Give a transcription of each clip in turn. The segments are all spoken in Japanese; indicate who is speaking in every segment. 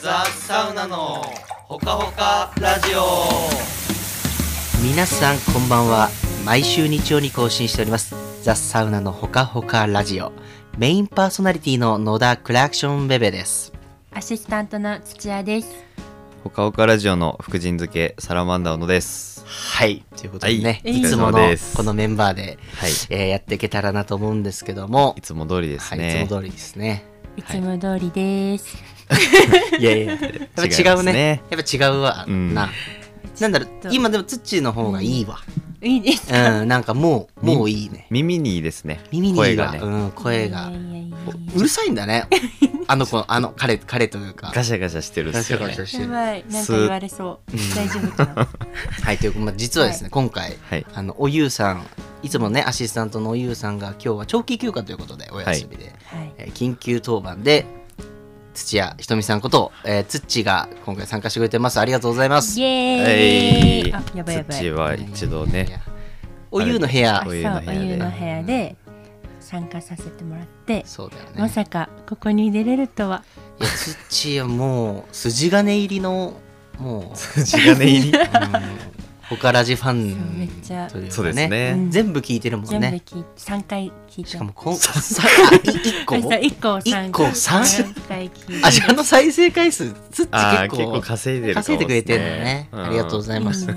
Speaker 1: ザ・サウナのほかほかラジオ
Speaker 2: 皆さんこんばんは毎週日曜に更新しておりますザ・サウナのほかほかラジオメインパーソナリティの野田クラクションベベです
Speaker 3: アシスタントの土屋です。
Speaker 4: ほかほかラジオの福神漬けサラマンダーのです。
Speaker 2: はいということでね、
Speaker 3: はい
Speaker 2: い、つも
Speaker 4: お疲
Speaker 2: の
Speaker 4: れ様です
Speaker 2: このメンバーで、
Speaker 4: はい。
Speaker 2: えーやっていけたらなと思うんですけども
Speaker 4: いつも通りですね。
Speaker 2: はい、いつも通りですね
Speaker 3: いつも通りです。
Speaker 2: いやい ややっぱ違
Speaker 4: 違いま
Speaker 2: う
Speaker 4: す
Speaker 2: ね
Speaker 4: ね
Speaker 2: やっぱ違うわ、
Speaker 4: うん
Speaker 2: ななんだろう
Speaker 3: ちょっと
Speaker 2: 今でも土の方がいいわ
Speaker 3: い、いです。
Speaker 2: うんなんかもうもういいね
Speaker 4: 耳にいいですね。
Speaker 2: 耳にいい
Speaker 4: 声
Speaker 2: わ
Speaker 4: がね、
Speaker 2: うん、声が
Speaker 3: いやいやいや
Speaker 2: うるさいんだねあの子あの彼彼というか
Speaker 4: ガシャガシャしてるっすよね。
Speaker 3: やばい、なん
Speaker 4: す
Speaker 3: か言われそう。大丈夫かな。
Speaker 2: はい、というまあ、実はですね、今回、
Speaker 4: はい。
Speaker 2: あのおゆうさん、いつもね、アシスタントのおゆうさんが、今日は長期休暇ということで、お休みで、
Speaker 3: はい。
Speaker 2: えー緊急当番で。土屋ひとみさんこと、えー、つっちが今回参加してくれてます。ありがとうございます。
Speaker 3: イエーイ。あ、やばいやばい。
Speaker 4: 土
Speaker 3: そう、
Speaker 4: は一度
Speaker 2: いやいや
Speaker 4: ね、。
Speaker 2: おゆうの部
Speaker 4: あ
Speaker 2: 屋
Speaker 3: お
Speaker 4: お
Speaker 3: 湯
Speaker 4: 湯
Speaker 3: の
Speaker 4: の
Speaker 3: 部
Speaker 4: 部
Speaker 3: 屋
Speaker 4: 屋で
Speaker 3: で参加させてもらって、
Speaker 2: そうだよ
Speaker 3: ま
Speaker 2: ね。
Speaker 3: さかここに出れるとは。
Speaker 2: いや、つっちはもう筋金入りの、 もう。
Speaker 4: 地金 入り。
Speaker 2: ほからじファ
Speaker 3: そうめっ
Speaker 2: ン
Speaker 3: ちゃ
Speaker 2: というか、ね。
Speaker 4: そうですね。
Speaker 2: 全部聞いてるもん
Speaker 3: 全部
Speaker 2: ね。
Speaker 3: 聞いて、三回聞いて。
Speaker 2: しかも、 こん、さ、あ、い一個
Speaker 3: あ。そう一個を三
Speaker 2: 一個を三
Speaker 3: 三回聞い て。
Speaker 2: あちらの再生回数つっち
Speaker 4: ああ、
Speaker 2: 結
Speaker 4: 結構
Speaker 2: 構
Speaker 4: 稼いでるかも
Speaker 2: 稼いでくれてるんだね、
Speaker 4: うん
Speaker 2: ありがとうござ います、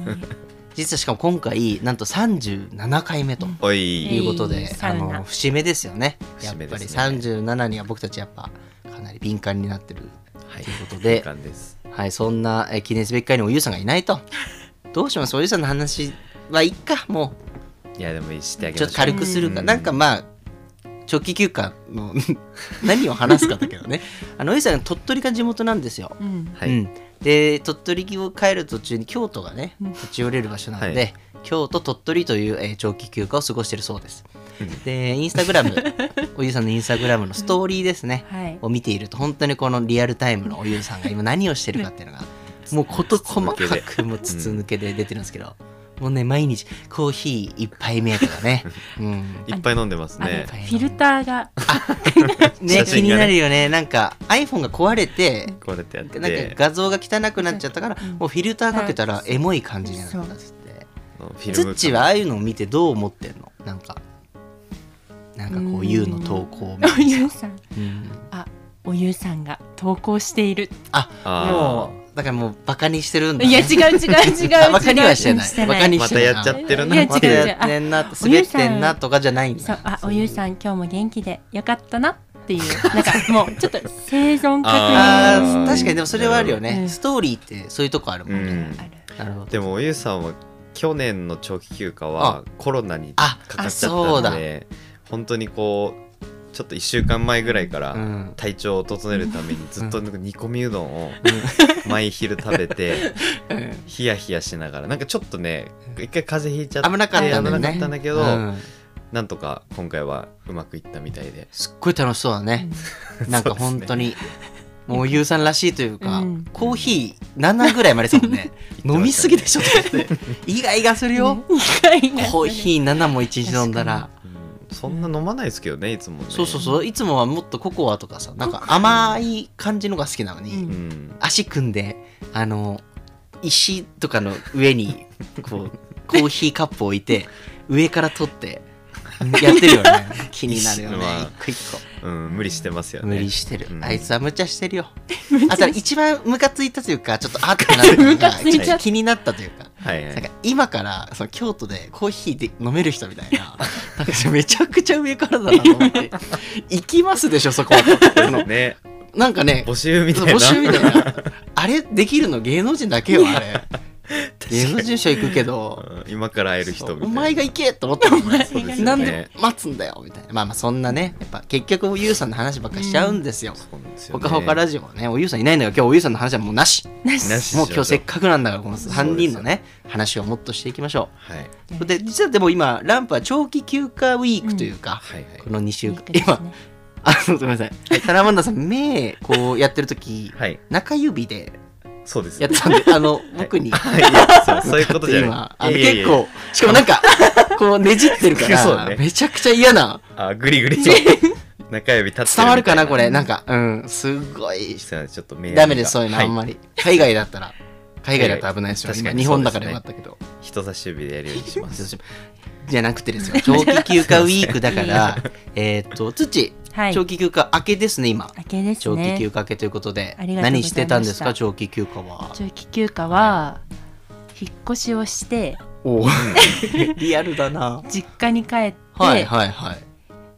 Speaker 2: 実はしかも今回なんと37回目と
Speaker 4: お
Speaker 2: い
Speaker 4: い。
Speaker 2: うことで、
Speaker 3: えー
Speaker 2: あ
Speaker 3: サウナ
Speaker 2: の節目ですよねやっ
Speaker 4: 節目
Speaker 2: ぱ
Speaker 4: で
Speaker 2: り
Speaker 4: すね
Speaker 2: 37には僕たちやっぱかなり敏感になってるということ
Speaker 4: いい
Speaker 2: で、
Speaker 4: 感じです。
Speaker 2: はい、そんなえー記念すべき回におゆうさんがいな いとどうしますおゆうさんの話はいっかも
Speaker 4: いや、でもしてあ
Speaker 2: う
Speaker 4: げ
Speaker 2: ちょ
Speaker 4: ま
Speaker 2: っと
Speaker 4: しょう。
Speaker 2: 軽くするか、
Speaker 4: うん
Speaker 2: なんかまあ長期休暇の 何を話すかだけど ねあのおゆうさん鳥取が地元なんですよ
Speaker 3: うん。
Speaker 4: は
Speaker 2: う
Speaker 4: い。
Speaker 2: ん、で鳥取を帰る途中に京都がね
Speaker 3: うん
Speaker 2: 立ち寄れる場所なので、
Speaker 4: はい
Speaker 2: 京都鳥取という、えー長期休暇を過ごしているそうです、でインスタグラム おゆうさんのインスタグラムのストーリーですね、
Speaker 3: はい。
Speaker 2: を見ていると本当にこのリアルタイムのおゆうさんが今何をしてるかっていうのがもう事細
Speaker 4: 筒
Speaker 2: か
Speaker 4: 抜け
Speaker 2: くもう筒抜けで出てるんですけど、もうね毎日コーヒー一杯目と かね, 、うん、
Speaker 4: いっぱい飲んでます
Speaker 3: あの
Speaker 4: ね
Speaker 3: フ。ィルター が
Speaker 2: ね
Speaker 4: 写真がね
Speaker 2: 気になるよねなんか iPhone が壊れて
Speaker 4: こうやってやっ
Speaker 2: なんか
Speaker 4: て、
Speaker 2: 画像が汚くなっちゃったから、
Speaker 3: うん
Speaker 2: もうフィルターかけたらエモい感じになったっつって
Speaker 4: フィ
Speaker 2: ツ
Speaker 4: ル
Speaker 2: ッ
Speaker 4: ム
Speaker 2: チはああいうのを見てどう思ってんのなんかなんかこういうの投稿を見
Speaker 3: お
Speaker 2: て
Speaker 3: ゆうさん。
Speaker 2: うん
Speaker 3: あ、おゆうさんが投稿している。
Speaker 2: あ
Speaker 4: あー
Speaker 2: もうだからもうバカにしてるんだ、ね、
Speaker 3: いや違う違う違う違う。
Speaker 2: バカにはしてない
Speaker 3: して
Speaker 2: バカに
Speaker 4: ま
Speaker 2: して
Speaker 4: た
Speaker 2: ない
Speaker 4: やっちゃってる
Speaker 3: いや
Speaker 4: な。
Speaker 3: 違う
Speaker 2: またやってんな滑ってんなとかじゃないん
Speaker 3: そう
Speaker 2: だ
Speaker 3: あおゆうさん今日も元気でよかったなっていうなんかもうちょっと生存確認
Speaker 2: あ
Speaker 4: ー
Speaker 2: ー確かにでもそれはあるよね、
Speaker 3: うん
Speaker 2: ストーリーってそういうとこあるもんね、
Speaker 4: うん
Speaker 3: ある
Speaker 2: なるほど
Speaker 4: でもおゆうさんは去年の長期休暇はコロナにかかっちゃ
Speaker 2: あそう
Speaker 4: った
Speaker 2: だ
Speaker 4: ので本当にこうちょっと1週間前ぐらいか
Speaker 2: う
Speaker 4: ら
Speaker 2: ん
Speaker 4: 体調を整えるためにずっとなんか煮込みうどんを毎昼食べて ヒヤヒヤしながらなんかちょっとね一回風邪ひいちゃって
Speaker 2: 危なかったんだよ
Speaker 4: 危
Speaker 2: ね
Speaker 4: なかったんだけど、
Speaker 2: うん
Speaker 4: なんとか今回はうまくいったみたいです
Speaker 2: っごい楽しそうだね。なんか本当に、もうゆうさんらしいというか、
Speaker 3: うん
Speaker 2: コーヒー7ぐらいまでですもんね。飲みすぎでしょと思って。意外がするよ。コーヒー7も1日飲んだら。
Speaker 4: うんそんな飲まないですけどねいつもね
Speaker 2: そうそうそう。いつもはもっとココアとかさ、なんか甘い感じのが好きなのに、
Speaker 3: うん
Speaker 4: うん
Speaker 2: 足組んで、あの、石とかの上に、こう、コーヒーカップ置いて、上から取って、やってるよね。気になるよね
Speaker 4: 石は。
Speaker 2: 一個一個。
Speaker 4: うん無理してますよね
Speaker 2: 無理してる、
Speaker 4: うん
Speaker 2: あいつは無茶してるよあと一番ムカついたというかちょっとあってなったの
Speaker 3: ムカ
Speaker 2: が
Speaker 3: ついちゃった
Speaker 2: ちょっと気になったというか
Speaker 4: はいはい
Speaker 2: なんか今からその京都でコーヒーで飲める人みたい ななんかめちゃくちゃ上からだなと思って行きますでしょそこはの
Speaker 4: ね
Speaker 2: なんかね
Speaker 4: 募集みたいな
Speaker 2: 募集みたいなあれできるの芸能人だけよあれ芸能人賞行くけど
Speaker 4: うん今から会える人みたいな
Speaker 2: お前が行けと思ったもんね
Speaker 4: そうですよね
Speaker 2: なんで待つんだよみたいなまあまあそんなねやっぱ結局ゆうさんの話ばっかりしちゃうんですよ、
Speaker 4: そうなんですよ
Speaker 2: ほ
Speaker 4: ね
Speaker 2: かほかラジオはね、おゆうさんいないのが今日おゆうさんの話はもうなし。
Speaker 3: な
Speaker 4: な
Speaker 3: し
Speaker 4: し
Speaker 2: もう今日せっ
Speaker 4: く
Speaker 2: かくなんだから、この3人のね、話をもっとしていきましょ
Speaker 4: はい、
Speaker 2: う。で、実はでも今、ランプは長期休暇ウィークという
Speaker 4: は
Speaker 2: か、
Speaker 4: いはい
Speaker 2: この2週間、
Speaker 3: いいです
Speaker 2: 今、
Speaker 3: ね
Speaker 2: あの、ごめんなさい。サラマンダーさん、目、こうやってる時
Speaker 4: はい
Speaker 2: 中指で
Speaker 4: そうです
Speaker 2: やって たんで、あの、僕に。
Speaker 4: はいいや そうそういうことじゃ
Speaker 2: 今
Speaker 4: な
Speaker 2: あの
Speaker 4: いいやいやい
Speaker 2: 結
Speaker 4: や
Speaker 2: 構しかもなんかこうねじってるか
Speaker 4: そうだ
Speaker 2: ら
Speaker 4: ね
Speaker 2: めちゃくちゃ嫌な
Speaker 4: あグリグリ中指立って
Speaker 2: 伝わるかな
Speaker 4: みた
Speaker 2: こ
Speaker 4: い
Speaker 2: れなんかうんすごい
Speaker 4: すいませんちょっとメールが
Speaker 2: ダメですそういうのあんま
Speaker 4: は
Speaker 2: り、海外だったら海外だと危ないですよ、
Speaker 4: 確
Speaker 2: 今
Speaker 4: かに
Speaker 2: 日本だから
Speaker 4: そ
Speaker 2: よ
Speaker 4: う
Speaker 2: か
Speaker 4: で
Speaker 2: っ
Speaker 4: す
Speaker 2: たけど、
Speaker 4: 人差し指でやるようにします
Speaker 2: じゃなくてですよ長期休暇ウィークだから えーっと土、
Speaker 3: はい
Speaker 2: 長期休暇明けですね今
Speaker 3: 明けです
Speaker 2: 長期
Speaker 3: ね
Speaker 2: 休暇明けということで
Speaker 3: ありがとうございま
Speaker 2: 何
Speaker 3: し
Speaker 2: したてたんですか長期休暇は
Speaker 3: 長期休暇は引っ越しをして
Speaker 2: お リアルだな
Speaker 3: 実家に帰って、
Speaker 2: はいはいはい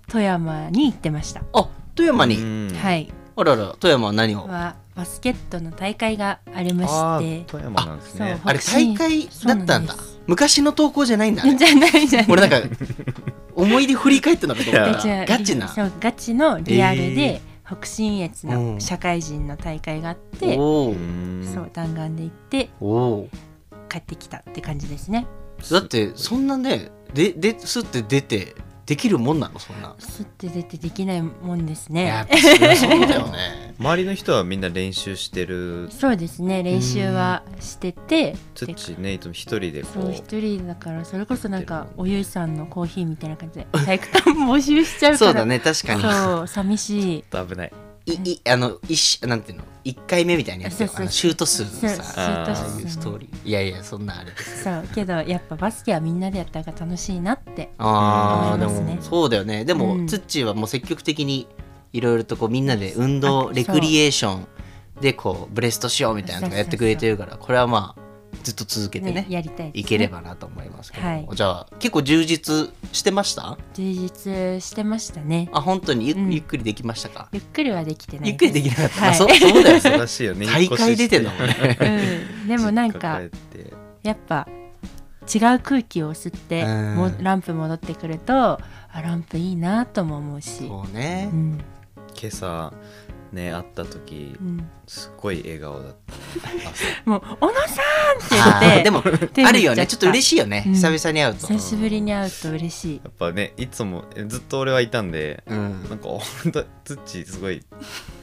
Speaker 3: 富山に行ってました、
Speaker 2: あ富山に、
Speaker 4: は
Speaker 3: はい
Speaker 2: あらら富山は何を、
Speaker 3: はバスケットの大会がありま
Speaker 4: あ
Speaker 3: して
Speaker 4: ー富山なんですね
Speaker 3: そ
Speaker 2: あれ
Speaker 3: ボクシン
Speaker 2: 大
Speaker 3: グ
Speaker 2: 会だったんだ
Speaker 3: そうなんです
Speaker 2: 昔の投稿じゃないんだあれ
Speaker 3: じゃないじゃない
Speaker 2: 俺なんか思い出振り返ってんのかと思った
Speaker 3: じゃ
Speaker 2: ら
Speaker 3: あ
Speaker 2: ガチな
Speaker 3: そうガチのリアル
Speaker 2: え
Speaker 3: で、北信越
Speaker 2: うん
Speaker 3: の社会人の大会があって、
Speaker 2: お
Speaker 4: う
Speaker 2: ー
Speaker 4: ん
Speaker 3: そう弾丸で行って
Speaker 2: お
Speaker 3: 帰ってきたって感じですね
Speaker 2: ーだってそんなねでですって出てできるもんなのそんな
Speaker 3: すって出てできないもんです
Speaker 2: や
Speaker 3: ね
Speaker 2: っぱそりゃそう だよね
Speaker 4: 周りの人はみんな練習してる
Speaker 3: そうですね練習はしてて
Speaker 4: つっ
Speaker 3: で
Speaker 4: ちねいつも一人でこ
Speaker 3: そう
Speaker 4: う
Speaker 3: 一人だからそれこそなんかおゆいさんのコーヒーみたいな感じで体育館募集しちゃうから
Speaker 2: そうだね確かに
Speaker 3: そう寂しい
Speaker 4: 危ない
Speaker 2: いいあの一しなんていうの一回目みたいなやつよ
Speaker 3: そうそう
Speaker 2: あのシュート数の
Speaker 3: そうシュ
Speaker 2: さ
Speaker 3: ート
Speaker 4: あ
Speaker 2: そういうス
Speaker 3: 数
Speaker 2: トー
Speaker 3: の
Speaker 2: リーいやいやそんなあれです
Speaker 3: そうけどやっぱバスケはみんなでやった方が楽しいなって
Speaker 2: あーで
Speaker 3: 思いますね
Speaker 2: もそうだよねで
Speaker 3: う
Speaker 2: も
Speaker 3: ん
Speaker 2: ツッチーはもう積極的にいろいろとこうみんなで運動
Speaker 3: あ
Speaker 2: レクリエーションでこうブレストしようみたいなのとかやってくれてるからこれはまあずっと続けてね
Speaker 3: やりたいですね
Speaker 2: いければなと思いますけど、
Speaker 3: はい
Speaker 2: じゃあ結構充実してました
Speaker 3: 充実してましたね
Speaker 2: あ本当にゆ,、
Speaker 3: うん
Speaker 2: ゆっくりできましたか
Speaker 3: ゆっくりはできてない
Speaker 2: ゆっくりできなかった、
Speaker 3: はい
Speaker 2: あそそうだよ
Speaker 4: 素
Speaker 2: そ
Speaker 4: 晴
Speaker 2: れ
Speaker 4: らしいよ ね
Speaker 2: 大会出てんだもんね
Speaker 3: うん、
Speaker 4: で
Speaker 3: でもなんかやっぱ違う空気を吸って
Speaker 2: うん
Speaker 3: もランプ戻ってくるとあランプいいなとも思うし
Speaker 2: そうね
Speaker 3: うん
Speaker 4: 今朝ね会った時
Speaker 3: うん、
Speaker 4: すっごい笑顔だっ
Speaker 3: もう「小野さん!」って
Speaker 2: あ
Speaker 3: 言っ
Speaker 2: ー
Speaker 3: て
Speaker 2: でもあるよねちょっと嬉
Speaker 3: しい
Speaker 2: しいよね、
Speaker 3: うん
Speaker 2: 久々に会うと、
Speaker 3: 久しぶりに会うと嬉しい
Speaker 4: やっぱねいつもえずっと俺はいたんで
Speaker 2: うん
Speaker 4: なんか本当ツッチーすごい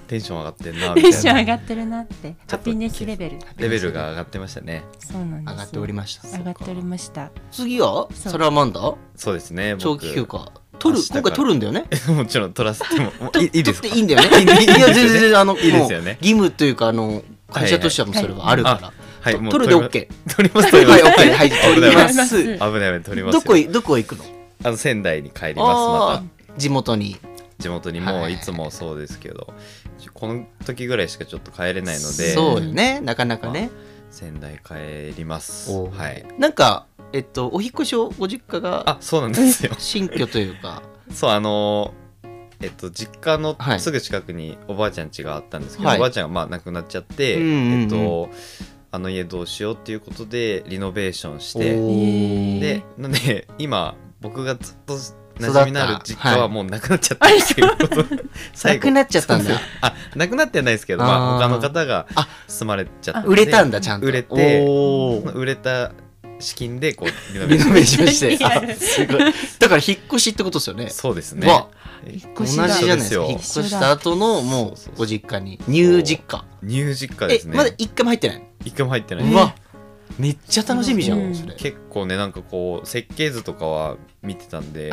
Speaker 4: テンション上がってんなみたいな
Speaker 3: テンション上がってるなって
Speaker 4: ちょ
Speaker 3: ハ
Speaker 4: っと
Speaker 3: ピネスレベル
Speaker 4: レベルが上がってましたね
Speaker 3: そうなんです
Speaker 2: 上がっておりました
Speaker 3: 上がっておりました
Speaker 2: 次は
Speaker 3: そう
Speaker 2: サラマンダー
Speaker 4: そうですね僕
Speaker 2: 長期休暇取
Speaker 4: 明
Speaker 2: る
Speaker 4: 日から
Speaker 2: 今回取るんだよね
Speaker 4: もちろん取らせても もうい いいですか
Speaker 2: 取っていいんだよねいや全然全然あの
Speaker 4: いいです
Speaker 2: もう
Speaker 4: よね
Speaker 2: 義務というかあの会社としてはもうそれはあるから、
Speaker 4: はいもう
Speaker 2: 取るで OK
Speaker 4: 取ります
Speaker 2: は
Speaker 4: 取
Speaker 2: い
Speaker 4: ります
Speaker 2: OK はい取りま
Speaker 3: 取ります す
Speaker 4: 危ない危ない取ります
Speaker 2: どこ
Speaker 4: よ
Speaker 2: いどこ行くの
Speaker 4: あの仙台に帰りますま
Speaker 2: あー地元に
Speaker 4: た地元に
Speaker 2: は
Speaker 4: も
Speaker 2: いう
Speaker 4: いつもそうですけどちょこの時ぐらいしかちょっと帰れないので
Speaker 2: そうよねなかなかね
Speaker 4: 仙台帰ります
Speaker 2: おー
Speaker 4: はい
Speaker 2: なんかえっとお引越しをご実家が
Speaker 4: あそうなんですよ
Speaker 2: 新居というか
Speaker 4: そうあのーえっと実家の
Speaker 2: はい
Speaker 4: すぐ近くにおばあちゃん家があったんですけど、
Speaker 2: はい
Speaker 4: おばあちゃんがまあ亡くなっちゃって、
Speaker 2: うんうんうん
Speaker 4: えっとあの家どうしようっていうことでリノベーションし
Speaker 2: お
Speaker 4: て
Speaker 2: ー
Speaker 4: でなんで今僕がずっと馴染みのある実家
Speaker 2: 育ったは
Speaker 4: はいもうなくなっちゃったっていうこ と
Speaker 2: なくなっちゃったんだ
Speaker 4: あなくなってはないですけどまあ
Speaker 2: あー
Speaker 4: 他の方が
Speaker 2: あ
Speaker 4: 住まれちゃったんで
Speaker 2: 売れたんだちゃんと
Speaker 4: 売れて
Speaker 2: おー
Speaker 4: 売れた資金でこうリノベ
Speaker 2: リ
Speaker 4: ーション
Speaker 2: ノベーション して
Speaker 3: リアル
Speaker 2: あすごいだから引っ越しってことですよね
Speaker 4: そうですね
Speaker 2: わ
Speaker 4: え
Speaker 3: 引っ
Speaker 2: 同
Speaker 3: 越
Speaker 2: じ
Speaker 3: し
Speaker 2: じゃ
Speaker 3: だ
Speaker 2: ないで
Speaker 4: 一
Speaker 2: す
Speaker 4: 緒
Speaker 2: か
Speaker 4: ですよ
Speaker 2: 引っ越した後
Speaker 4: そう
Speaker 2: のもう
Speaker 4: そうそう
Speaker 2: ご実家に入実家
Speaker 4: ニュージッカーで
Speaker 2: え
Speaker 4: すね
Speaker 2: まだ一回も入ってない
Speaker 4: 一回も入ってない
Speaker 2: のうわめっちゃ楽しみじゃ
Speaker 3: うんん
Speaker 2: それ
Speaker 4: 結構ねなんかこう設計図とかは見てたん で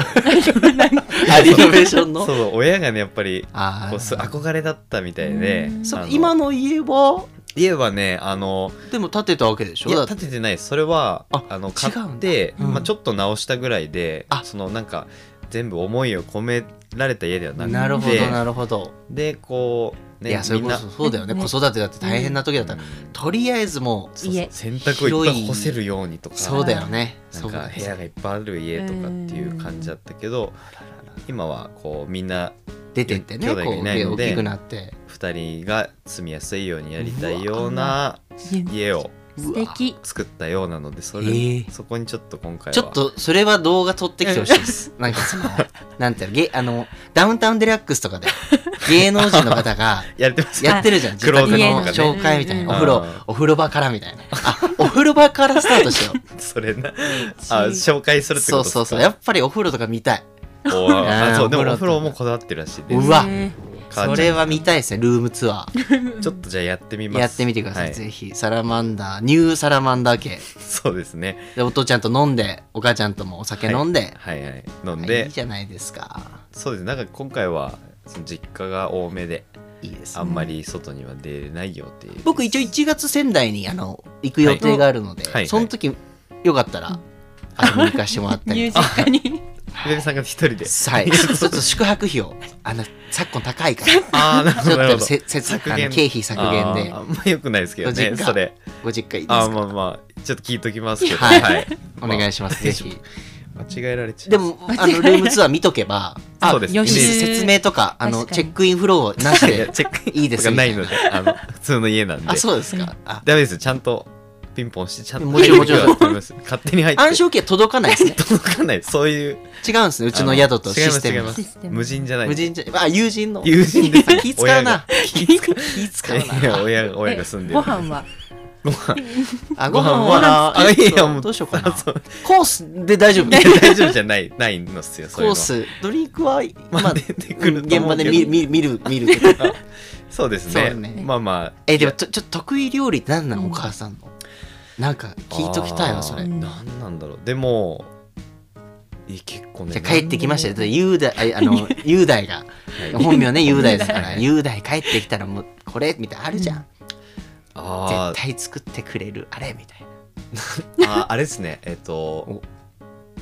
Speaker 2: あ リノベーション
Speaker 4: そ
Speaker 2: の
Speaker 4: う親がねやっぱり
Speaker 2: あ
Speaker 4: こうす
Speaker 2: ー
Speaker 4: 憧れだったみたいで
Speaker 3: うん
Speaker 2: そ
Speaker 4: あの
Speaker 2: 今の家は
Speaker 4: 家はねあの
Speaker 2: でも建てたわけでしょ
Speaker 4: い
Speaker 2: だ
Speaker 4: や
Speaker 2: って
Speaker 4: 建ててないですそれは
Speaker 2: あ
Speaker 4: あの
Speaker 2: 違
Speaker 4: 買
Speaker 2: うんだ
Speaker 4: って、
Speaker 2: うん
Speaker 4: まあ、ちょっと直したぐらいで
Speaker 2: あ
Speaker 4: そのなんか全部思いを込められた家ではなくて
Speaker 2: なるほどなるほど
Speaker 4: でこう
Speaker 2: いやそれ
Speaker 4: みん
Speaker 2: こ
Speaker 4: な
Speaker 2: そそうだよね
Speaker 3: ね
Speaker 2: 子育てだって大変な時だったら
Speaker 4: うん
Speaker 2: とりあえずも
Speaker 4: そうそう
Speaker 3: 家
Speaker 4: 洗濯をいっぱい干せるようにとか
Speaker 2: うそうだよね
Speaker 4: な
Speaker 2: そ
Speaker 4: ん
Speaker 2: うだ
Speaker 4: か
Speaker 2: ね
Speaker 4: 部屋がいっぱいある家とかっていう感じだったけど今はこうみんな
Speaker 2: 出てってね
Speaker 4: 兄弟
Speaker 2: こ
Speaker 4: がいうない
Speaker 2: 家
Speaker 4: の
Speaker 2: 大
Speaker 4: で
Speaker 2: きくなって
Speaker 4: 2人が住みやすいようにやりたいような家を
Speaker 3: 素敵
Speaker 4: 作ったようなのでそれ、
Speaker 2: えー
Speaker 4: そこにちょっと今回は
Speaker 2: ちょっとそれは動画撮ってきてほし いです。なんかその、なんていうの、ゲあの、ダウンタウンデラックスとかで、芸能人の方 が、
Speaker 4: やってます
Speaker 2: やってるじゃん、自
Speaker 4: クロー
Speaker 2: 宅
Speaker 4: ゼッ
Speaker 2: の
Speaker 4: トとかね
Speaker 2: 紹介みた いな、お
Speaker 4: う
Speaker 2: 風
Speaker 4: ん
Speaker 2: 呂、お風呂場からみたいな。あ、お風呂場からスタートしよう。
Speaker 4: それなあ紹介するって
Speaker 2: そ
Speaker 4: こと
Speaker 2: う
Speaker 4: です
Speaker 2: そ
Speaker 4: か
Speaker 2: うそう、やっぱりお風呂とか見たい。
Speaker 4: おーあ
Speaker 2: あー
Speaker 4: そうでもお
Speaker 2: お
Speaker 4: 風
Speaker 2: 風
Speaker 4: 呂
Speaker 2: 呂
Speaker 4: もこだわってるらしいです
Speaker 2: うわ、
Speaker 3: え
Speaker 4: 母ちゃん
Speaker 2: それは見たいですね、ルームツア
Speaker 4: ちょっとじゃあやってみま
Speaker 2: ー。
Speaker 4: す
Speaker 2: やってみてくださ、
Speaker 4: はい
Speaker 2: ぜひ。サラマンダー、ニューサラマンダー系。
Speaker 4: そうですね
Speaker 2: で、お父ちゃんと飲んで、お母ちゃんともお酒飲んで、
Speaker 4: はいはい飲ん
Speaker 2: い
Speaker 4: で、
Speaker 2: いじゃないですか。
Speaker 4: そうですなんか今回はその実家が多めで
Speaker 2: いいです
Speaker 4: あ
Speaker 2: ね
Speaker 4: んまり外には出れないよっていう
Speaker 2: 僕一応1月仙台にあの行く予定があるので、
Speaker 4: はいはい
Speaker 2: その時よかったら遊びに行かせてもらっ た
Speaker 3: 友
Speaker 2: り、
Speaker 3: 人家に
Speaker 4: ベベさんが一人で
Speaker 2: はい、ちょっと宿泊費をあの昨今高いから
Speaker 4: ああ なるほ
Speaker 2: ち
Speaker 4: ど
Speaker 2: ょ
Speaker 4: なるほ
Speaker 2: っと
Speaker 4: ど
Speaker 2: せせつあの
Speaker 4: 削減
Speaker 2: 経費削減で
Speaker 4: あーあんまよくないです けど
Speaker 2: ご実
Speaker 4: ね
Speaker 2: 家
Speaker 4: それ
Speaker 2: ご実家いいで
Speaker 4: あ
Speaker 2: す
Speaker 4: ー
Speaker 2: か
Speaker 4: まあまあちょっと聞いときますけど
Speaker 2: はい
Speaker 4: はい
Speaker 2: お願いし ます、
Speaker 4: まあ
Speaker 2: ぜひ
Speaker 4: 間違えられちゃう
Speaker 2: でもあのルームツアー見とけば あ
Speaker 4: そうです
Speaker 3: よ
Speaker 4: ね
Speaker 3: し
Speaker 4: イメージ
Speaker 2: 説明とかあの
Speaker 3: 確か
Speaker 2: チ
Speaker 3: に
Speaker 2: ェックインフローなし
Speaker 4: いや
Speaker 2: で
Speaker 4: チェック
Speaker 2: いいです
Speaker 4: が
Speaker 2: み
Speaker 4: な
Speaker 2: た
Speaker 4: い
Speaker 2: い
Speaker 4: のであ の普通の家なんで
Speaker 2: あそうですかあ
Speaker 4: ダメですよちゃんとピンポンしてちゃんと
Speaker 2: もちろんもちろん
Speaker 4: 入ってくると思います勝手に入って
Speaker 2: 暗証キーは届かないですね
Speaker 4: 届かないそういう
Speaker 2: 違うんですねうちの宿とシステ
Speaker 4: あの違
Speaker 2: ム
Speaker 4: います違い
Speaker 3: シ
Speaker 4: ます
Speaker 3: ステム
Speaker 4: 無人じゃない
Speaker 2: 無人じゃあ友人の
Speaker 4: 友人です
Speaker 2: あ 気使うな
Speaker 4: 親が
Speaker 2: 気使う
Speaker 4: 親がいや
Speaker 2: な
Speaker 4: 親が親が住んでる
Speaker 3: ご飯は
Speaker 4: ご飯
Speaker 2: あ
Speaker 4: ご
Speaker 2: ご
Speaker 4: 飯
Speaker 2: 飯
Speaker 4: は
Speaker 2: は
Speaker 4: あ
Speaker 2: えっと
Speaker 4: いやもう
Speaker 2: どうしようかな
Speaker 4: あ そう
Speaker 2: コース で大丈夫
Speaker 4: いや大丈夫じゃないないのっすよ
Speaker 2: コ
Speaker 4: そういうの
Speaker 2: ースドリンクは
Speaker 4: まあ
Speaker 2: まあ
Speaker 4: 出てく
Speaker 2: う
Speaker 4: る
Speaker 2: ん
Speaker 4: と
Speaker 2: 現
Speaker 4: 思
Speaker 2: 場
Speaker 4: うけ
Speaker 2: で
Speaker 4: ど
Speaker 2: 見見見る見るけど
Speaker 4: そうです
Speaker 2: そう
Speaker 4: ね
Speaker 2: だね
Speaker 4: まあまあ
Speaker 2: えでもちょちょっと得意料理って何なの
Speaker 3: う
Speaker 2: お
Speaker 3: ん
Speaker 2: 母さんのなんか聞いときたいわそれ
Speaker 4: あ
Speaker 2: じ
Speaker 4: ー何なんだろうでもいい結構ね
Speaker 2: ゃあ帰ってきましたよだって雄大ああ の雄大が
Speaker 4: はい
Speaker 2: 本名ね雄大ですから
Speaker 4: はい
Speaker 2: 雄大帰ってきたらもうこれみたいなのあるじゃん
Speaker 4: あ
Speaker 2: 絶対作ってくれるあれみたいな
Speaker 4: ーあーあれですねえっと